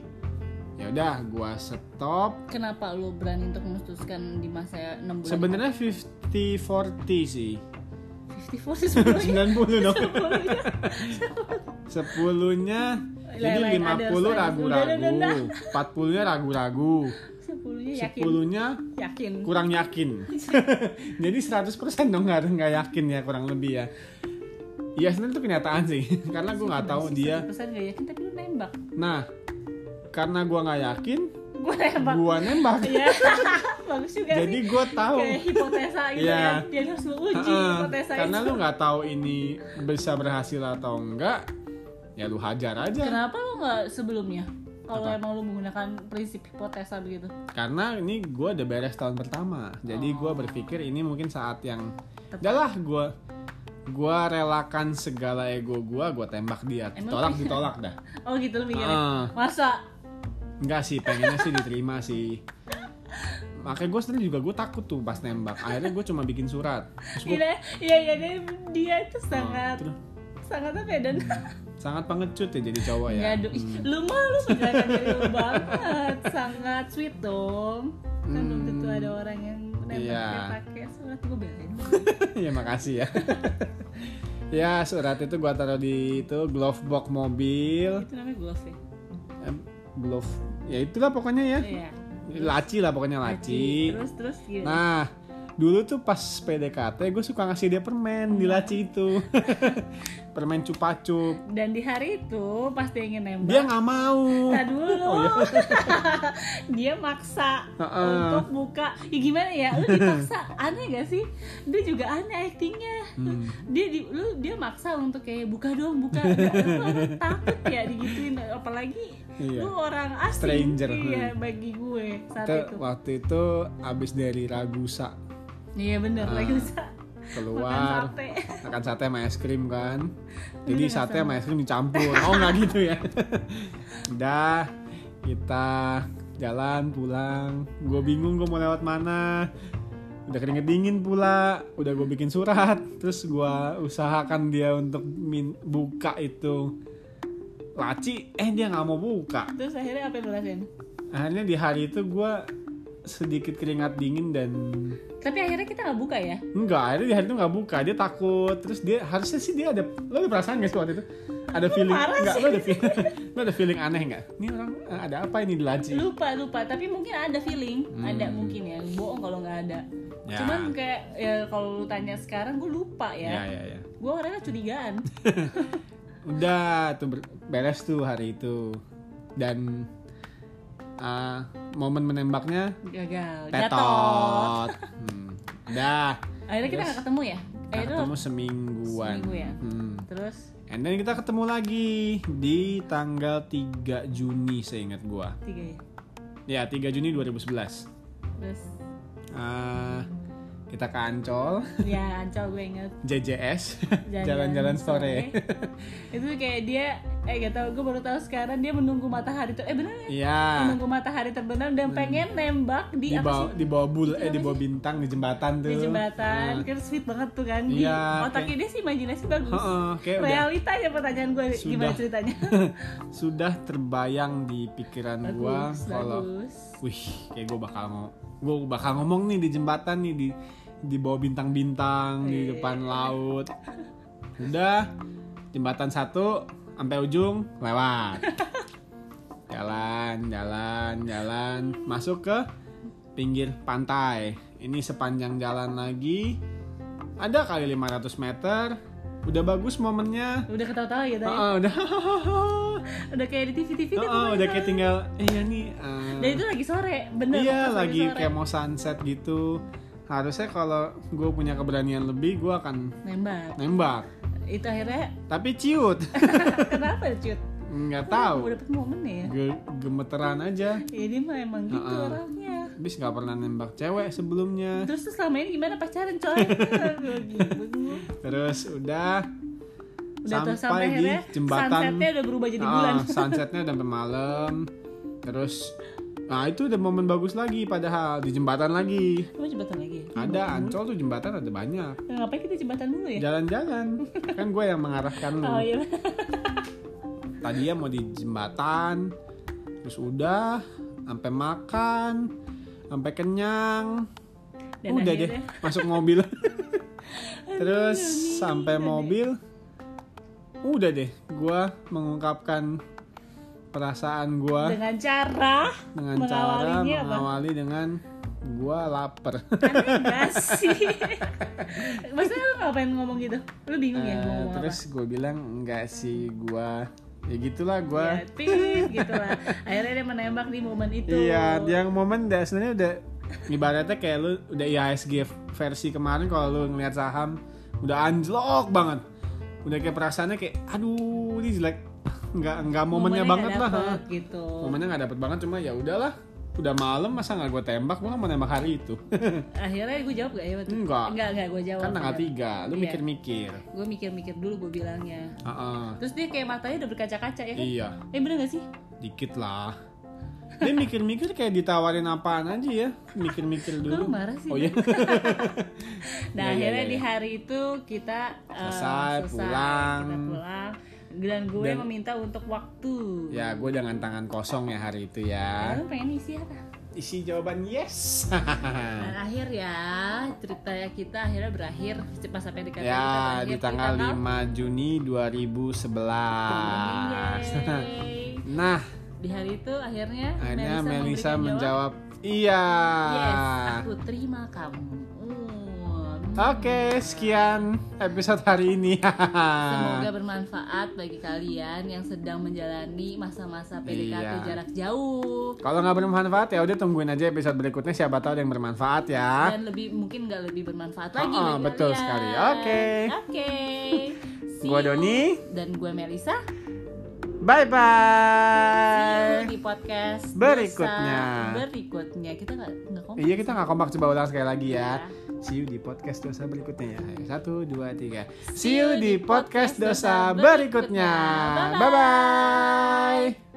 [SPEAKER 1] Ya udah, gua stop.
[SPEAKER 2] Kenapa lu berani untuk memutuskan di masa 6 bulan?
[SPEAKER 1] Sebenarnya 50-40 sih.
[SPEAKER 2] 54 sih sebelumnya.
[SPEAKER 1] 90 dong.
[SPEAKER 2] Sebelumnya.
[SPEAKER 1] Sepuluhnya jadi
[SPEAKER 2] Lain-lain
[SPEAKER 1] 50
[SPEAKER 2] ada, lain. Udah, udah, udah.
[SPEAKER 1] ragu-ragu, 40 nya ragu-ragu,
[SPEAKER 2] Sepuluhnya yakin.
[SPEAKER 1] 10 nya
[SPEAKER 2] Yakin.
[SPEAKER 1] kurang yakin. jadi 100% dong nggak nggak yakin ya kurang lebih ya. Ya sebenarnya itu kenyataan sih, karena gue nggak tahu dia.
[SPEAKER 2] Pesan gak yakin tapi lu nembak.
[SPEAKER 1] Nah, karena gue nggak yakin,
[SPEAKER 2] gue nembak
[SPEAKER 1] gua nembak
[SPEAKER 2] Iya, bagus juga
[SPEAKER 1] jadi
[SPEAKER 2] sih
[SPEAKER 1] gua tahu
[SPEAKER 2] kayak hipotesa gitu
[SPEAKER 1] Iya.
[SPEAKER 2] ya jadi harus lu uji
[SPEAKER 1] Heeh,
[SPEAKER 2] hipotesa
[SPEAKER 1] karena
[SPEAKER 2] itu
[SPEAKER 1] lu nggak tahu ini bisa berhasil atau enggak ya lu hajar aja
[SPEAKER 2] kenapa lu nggak sebelumnya kalau
[SPEAKER 1] Apa?
[SPEAKER 2] emang lu menggunakan prinsip hipotesa begitu
[SPEAKER 1] karena ini gua udah beres tahun pertama jadi gua berpikir ini mungkin saat yang
[SPEAKER 2] Oh. Tepat.
[SPEAKER 1] udahlah gua gua relakan segala ego gua gua tembak dia
[SPEAKER 2] Emang
[SPEAKER 1] ditolak
[SPEAKER 2] iya?
[SPEAKER 1] ditolak dah
[SPEAKER 2] oh gitu lu mikirnya
[SPEAKER 1] Heeh.
[SPEAKER 2] masa
[SPEAKER 1] Enggak sih, pengennya sih diterima sih. Makanya gue sendiri juga gue takut tuh pas nembak. Akhirnya gue cuma bikin surat. Terus gue
[SPEAKER 2] Iya, iya, iya, dia, dia itu sangat, sangat apa ya dan
[SPEAKER 1] sangat pengecut ya jadi cowok ya.
[SPEAKER 2] ya, aduh, ih, lu mah lu menjalankan diri lu banget, sangat sweet dong. Kan belum tentu ada orang yang nembaknya
[SPEAKER 1] Hmm. Iya.
[SPEAKER 2] pakai surat gue belain.
[SPEAKER 1] ya makasih ya. ya surat itu gue taruh di itu glove box mobil.
[SPEAKER 2] Itu namanya glove ya.
[SPEAKER 1] Eh, glove. Ya itulah pokoknya ya.
[SPEAKER 2] Iya.
[SPEAKER 1] Laci lah pokoknya laci.
[SPEAKER 2] Terus terus gitu.
[SPEAKER 1] Nah, dulu tuh pas PDKT gue suka ngasih dia permen di laci itu. permen cupacup.
[SPEAKER 2] Dan di hari itu pasti ingin nembak.
[SPEAKER 1] Dia nggak mau. Oh, iya.
[SPEAKER 2] Nah dulu dia maksa
[SPEAKER 1] Heeh.
[SPEAKER 2] untuk buka ya gimana ya lu dipaksa aneh gak sih dia juga aneh actingnya
[SPEAKER 1] Hmm,
[SPEAKER 2] dia di, lu dia maksa untuk kayak buka dong buka Nggak, lu orang takut ya digituin apalagi
[SPEAKER 1] Iya.
[SPEAKER 2] lu orang asing
[SPEAKER 1] Stranger,
[SPEAKER 2] iya bagi gue saat
[SPEAKER 1] Kita
[SPEAKER 2] itu
[SPEAKER 1] waktu itu abis dari Ragusa
[SPEAKER 2] iya bener lagi bisa makan
[SPEAKER 1] Ah, keluar
[SPEAKER 2] sate
[SPEAKER 1] makan sate sama es krim kan jadi
[SPEAKER 2] Iya,
[SPEAKER 1] sate
[SPEAKER 2] sama.
[SPEAKER 1] sama es krim dicampur oh nggak gitu ya udah kita jalan pulang gue bingung gue mau lewat mana udah keringet dingin pula udah gue bikin surat terus gue usahakan dia untuk min- buka itu laci eh dia nggak mau buka
[SPEAKER 2] terus akhirnya apa yang lu lakuin
[SPEAKER 1] akhirnya di hari itu gue sedikit keringat dingin dan
[SPEAKER 2] tapi akhirnya kita nggak buka ya
[SPEAKER 1] Enggak, akhirnya di hari itu nggak buka, dia takut. Terus dia harusnya sih dia ada lo ada perasaan nggak sih waktu itu? Ada feeling
[SPEAKER 2] parah
[SPEAKER 1] enggak?
[SPEAKER 2] sih.
[SPEAKER 1] Lo ada feeling, lo ada feeling aneh nggak? Ini orang eh, ada apa ini di laci?
[SPEAKER 2] lupa lupa tapi mungkin ada feeling ada mungkin ya bohong kalau nggak ada
[SPEAKER 1] Hmm. Ya.
[SPEAKER 2] cuman kayak ya kalau lu tanya sekarang gue lupa
[SPEAKER 1] Ya
[SPEAKER 2] ya,
[SPEAKER 1] ya ya.
[SPEAKER 2] gue orangnya curigaan
[SPEAKER 1] Udah tuh ber- beres tuh hari itu dan ah, momen menembaknya
[SPEAKER 2] gagal gatot
[SPEAKER 1] tetot. Hmm. Udah
[SPEAKER 2] akhirnya kita nggak ketemu ya
[SPEAKER 1] kita
[SPEAKER 2] akhirnya
[SPEAKER 1] ketemu semingguan.
[SPEAKER 2] seminggu ya?
[SPEAKER 1] Hmm.
[SPEAKER 2] terus
[SPEAKER 1] And then kita ketemu lagi di tanggal 3 Juni seingat gua.
[SPEAKER 2] tiga
[SPEAKER 1] Ya,
[SPEAKER 2] ya
[SPEAKER 1] 3 Juni 2011.
[SPEAKER 2] terus
[SPEAKER 1] Ah, kita ke Ancol,
[SPEAKER 2] ya ancol gue inget
[SPEAKER 1] JJS, jalan-jalan sore.
[SPEAKER 2] itu kayak dia eh gak tau gue baru tahu sekarang dia menunggu matahari tuh eh bener ya?
[SPEAKER 1] Iya.
[SPEAKER 2] menunggu matahari terbenam dan pengen nembak di,
[SPEAKER 1] Di
[SPEAKER 2] apa
[SPEAKER 1] bawah
[SPEAKER 2] sih?
[SPEAKER 1] di bawah bul eh di bawah bintang di jembatan tuh.
[SPEAKER 2] di jembatan kan sweet banget tuh kan di
[SPEAKER 1] Ah. Iya,
[SPEAKER 2] otaknya dia sih imajinasi bagus
[SPEAKER 1] Heeh, kayak udah
[SPEAKER 2] realita ya pertanyaan gue gimana
[SPEAKER 1] Sudah.
[SPEAKER 2] ceritanya
[SPEAKER 1] sudah terbayang di pikiran gua
[SPEAKER 2] bagus
[SPEAKER 1] kalau
[SPEAKER 2] bagus
[SPEAKER 1] wih, kayak gua bakal mau gua bakal ngomong nih di jembatan nih di di bawah bintang-bintang di depan laut. Udah jembatan satu sampai ujung lewat. Jalan, jalan, jalan, masuk ke pinggir pantai. Ini sepanjang jalan lagi ada kali 500 meter. Udah bagus momennya.
[SPEAKER 2] udah ketawa-tawa gitu ya
[SPEAKER 1] Heeh, udah.
[SPEAKER 2] udah kayak di TV-TV tuh
[SPEAKER 1] Heeh,
[SPEAKER 2] pokoknya.
[SPEAKER 1] udah kayak tinggal iya nih. eh,
[SPEAKER 2] dan itu lagi sore bener
[SPEAKER 1] iya
[SPEAKER 2] pas
[SPEAKER 1] lagi
[SPEAKER 2] sore.
[SPEAKER 1] kayak mau sunset gitu harusnya kalau gue punya keberanian lebih gue akan
[SPEAKER 2] nembak
[SPEAKER 1] nembak
[SPEAKER 2] itu akhirnya
[SPEAKER 1] tapi ciut
[SPEAKER 2] kenapa cut
[SPEAKER 1] nggak
[SPEAKER 2] mau
[SPEAKER 1] tahu
[SPEAKER 2] dapet momen ya
[SPEAKER 1] Ge- gemeteran aja
[SPEAKER 2] ya dia mah emang gitu
[SPEAKER 1] Heeh.
[SPEAKER 2] orangnya
[SPEAKER 1] habis nggak pernah nembak cewek sebelumnya
[SPEAKER 2] terus tuh selama ini gimana pacaran coy Aduh, bingung.
[SPEAKER 1] terus udah
[SPEAKER 2] udah tuh
[SPEAKER 1] sampai
[SPEAKER 2] sampai
[SPEAKER 1] di
[SPEAKER 2] akhirnya
[SPEAKER 1] jembatan
[SPEAKER 2] sunsetnya udah berubah jadi
[SPEAKER 1] Ah,
[SPEAKER 2] bulan
[SPEAKER 1] sunsetnya udah sampai malam terus nah itu udah momen bagus lagi padahal di jembatan lagi
[SPEAKER 2] Emang jembatan lagi ya?
[SPEAKER 1] ada ancol tuh jembatan ada banyak
[SPEAKER 2] Nah, ngapain kita jembatan dulu ya
[SPEAKER 1] jalan-jalan kan gue yang mengarahkan lu
[SPEAKER 2] oh iya
[SPEAKER 1] tadinya ya mau di jembatan terus udah sampai makan sampai kenyang
[SPEAKER 2] Dan
[SPEAKER 1] udah deh
[SPEAKER 2] akhirnya-
[SPEAKER 1] masuk mobil terus sampai mobil udah deh gua mengungkapkan perasaan gua
[SPEAKER 2] dengan cara
[SPEAKER 1] dengan cara
[SPEAKER 2] mengawalinya apa?
[SPEAKER 1] mengawali dengan gua lapar
[SPEAKER 2] Enggak Iya sih Maksudnya lu ngapain ngomong gitu? Lu bingung
[SPEAKER 1] Eh,
[SPEAKER 2] ya ngomong apa?
[SPEAKER 1] terus gue bilang enggak sih gua ya gitulah gue
[SPEAKER 2] Ya, tit, gitu lah. Akhirnya dia menembak di momen itu.
[SPEAKER 1] Iya, yang momen udah sebenarnya udah ibaratnya kayak lu udah IHSG versi kemarin kalau lu ngeliat saham udah anjlok banget. Udah kayak perasaannya kayak aduh ini jelek. Nggak nggak momennya,
[SPEAKER 2] nggak
[SPEAKER 1] banget lah.
[SPEAKER 2] dapet,
[SPEAKER 1] ha.
[SPEAKER 2] Gitu.
[SPEAKER 1] Momennya nggak dapet banget cuma ya udahlah. Udah malam masa nggak gue tembak, gue mau nembak hari itu.
[SPEAKER 2] Akhirnya gue jawab gak ya waktu itu?
[SPEAKER 1] Enggak.
[SPEAKER 2] Enggak, enggak gue jawab.
[SPEAKER 1] kan tanggal
[SPEAKER 2] Enggak.
[SPEAKER 1] 3, lu
[SPEAKER 2] Iya.
[SPEAKER 1] mikir-mikir.
[SPEAKER 2] Gue mikir-mikir dulu gue bilangnya.
[SPEAKER 1] Heeh.
[SPEAKER 2] Terus dia kayak matanya udah berkaca-kaca ya kan?
[SPEAKER 1] Iya,
[SPEAKER 2] Eh bener gak sih?
[SPEAKER 1] dikit lah. Dia mikir-mikir kayak ditawarin apaan aja ya, mikir-mikir
[SPEAKER 2] Kok lu
[SPEAKER 1] dulu.
[SPEAKER 2] marah sih?
[SPEAKER 1] Oh iya. Iya, iya,
[SPEAKER 2] Nah akhirnya
[SPEAKER 1] iya,
[SPEAKER 2] di
[SPEAKER 1] iya.
[SPEAKER 2] hari itu kita eh,
[SPEAKER 1] Selesai, pulang.
[SPEAKER 2] Kita pulang. Dan gue
[SPEAKER 1] Dan-
[SPEAKER 2] meminta untuk waktu.
[SPEAKER 1] Ya, gue dengan tangan kosong ya hari itu
[SPEAKER 2] Nah,
[SPEAKER 1] ya.
[SPEAKER 2] lu pengen isi apa?
[SPEAKER 1] Isi jawaban yes.
[SPEAKER 2] Dan akhir ya cerita kita akhirnya berakhir pas sampai di kata kita
[SPEAKER 1] ya,
[SPEAKER 2] berakhir
[SPEAKER 1] di tanggal 5 Juni 2011.
[SPEAKER 2] Iya. Yeay.
[SPEAKER 1] Nah,
[SPEAKER 2] Di hari itu akhirnya
[SPEAKER 1] akhirnya
[SPEAKER 2] Melisa
[SPEAKER 1] Melisa menjawab iya.
[SPEAKER 2] Yes, aku terima kamu. Hmm.
[SPEAKER 1] Oke, sekian episode hari ini.
[SPEAKER 2] Semoga bermanfaat bagi kalian yang sedang menjalani masa-masa
[SPEAKER 1] Iya.
[SPEAKER 2] PDKT jarak jauh
[SPEAKER 1] Kalau nggak bermanfaat ya udah tungguin aja episode berikutnya siapa tahu ada yang bermanfaat ya.
[SPEAKER 2] dan lebih mungkin nggak lebih bermanfaat
[SPEAKER 1] Oh,
[SPEAKER 2] lagi.
[SPEAKER 1] oh,
[SPEAKER 2] bagi
[SPEAKER 1] betul
[SPEAKER 2] kalian.
[SPEAKER 1] sekali. Oke.
[SPEAKER 2] Oke. See
[SPEAKER 1] Gua
[SPEAKER 2] you.
[SPEAKER 1] Doni.
[SPEAKER 2] dan gue Melisa.
[SPEAKER 1] Bye
[SPEAKER 2] See
[SPEAKER 1] bye.
[SPEAKER 2] you di podcast
[SPEAKER 1] Ah. Berikutnya.
[SPEAKER 2] Dosa Berikutnya kita nggak nggak kompak.
[SPEAKER 1] Iya kita nggak kompak coba ulang sekali lagi ya.
[SPEAKER 2] Ya.
[SPEAKER 1] See you di podcast dosa berikutnya ya. Satu dua tiga. See you di podcast dosa berikutnya. Bye bye.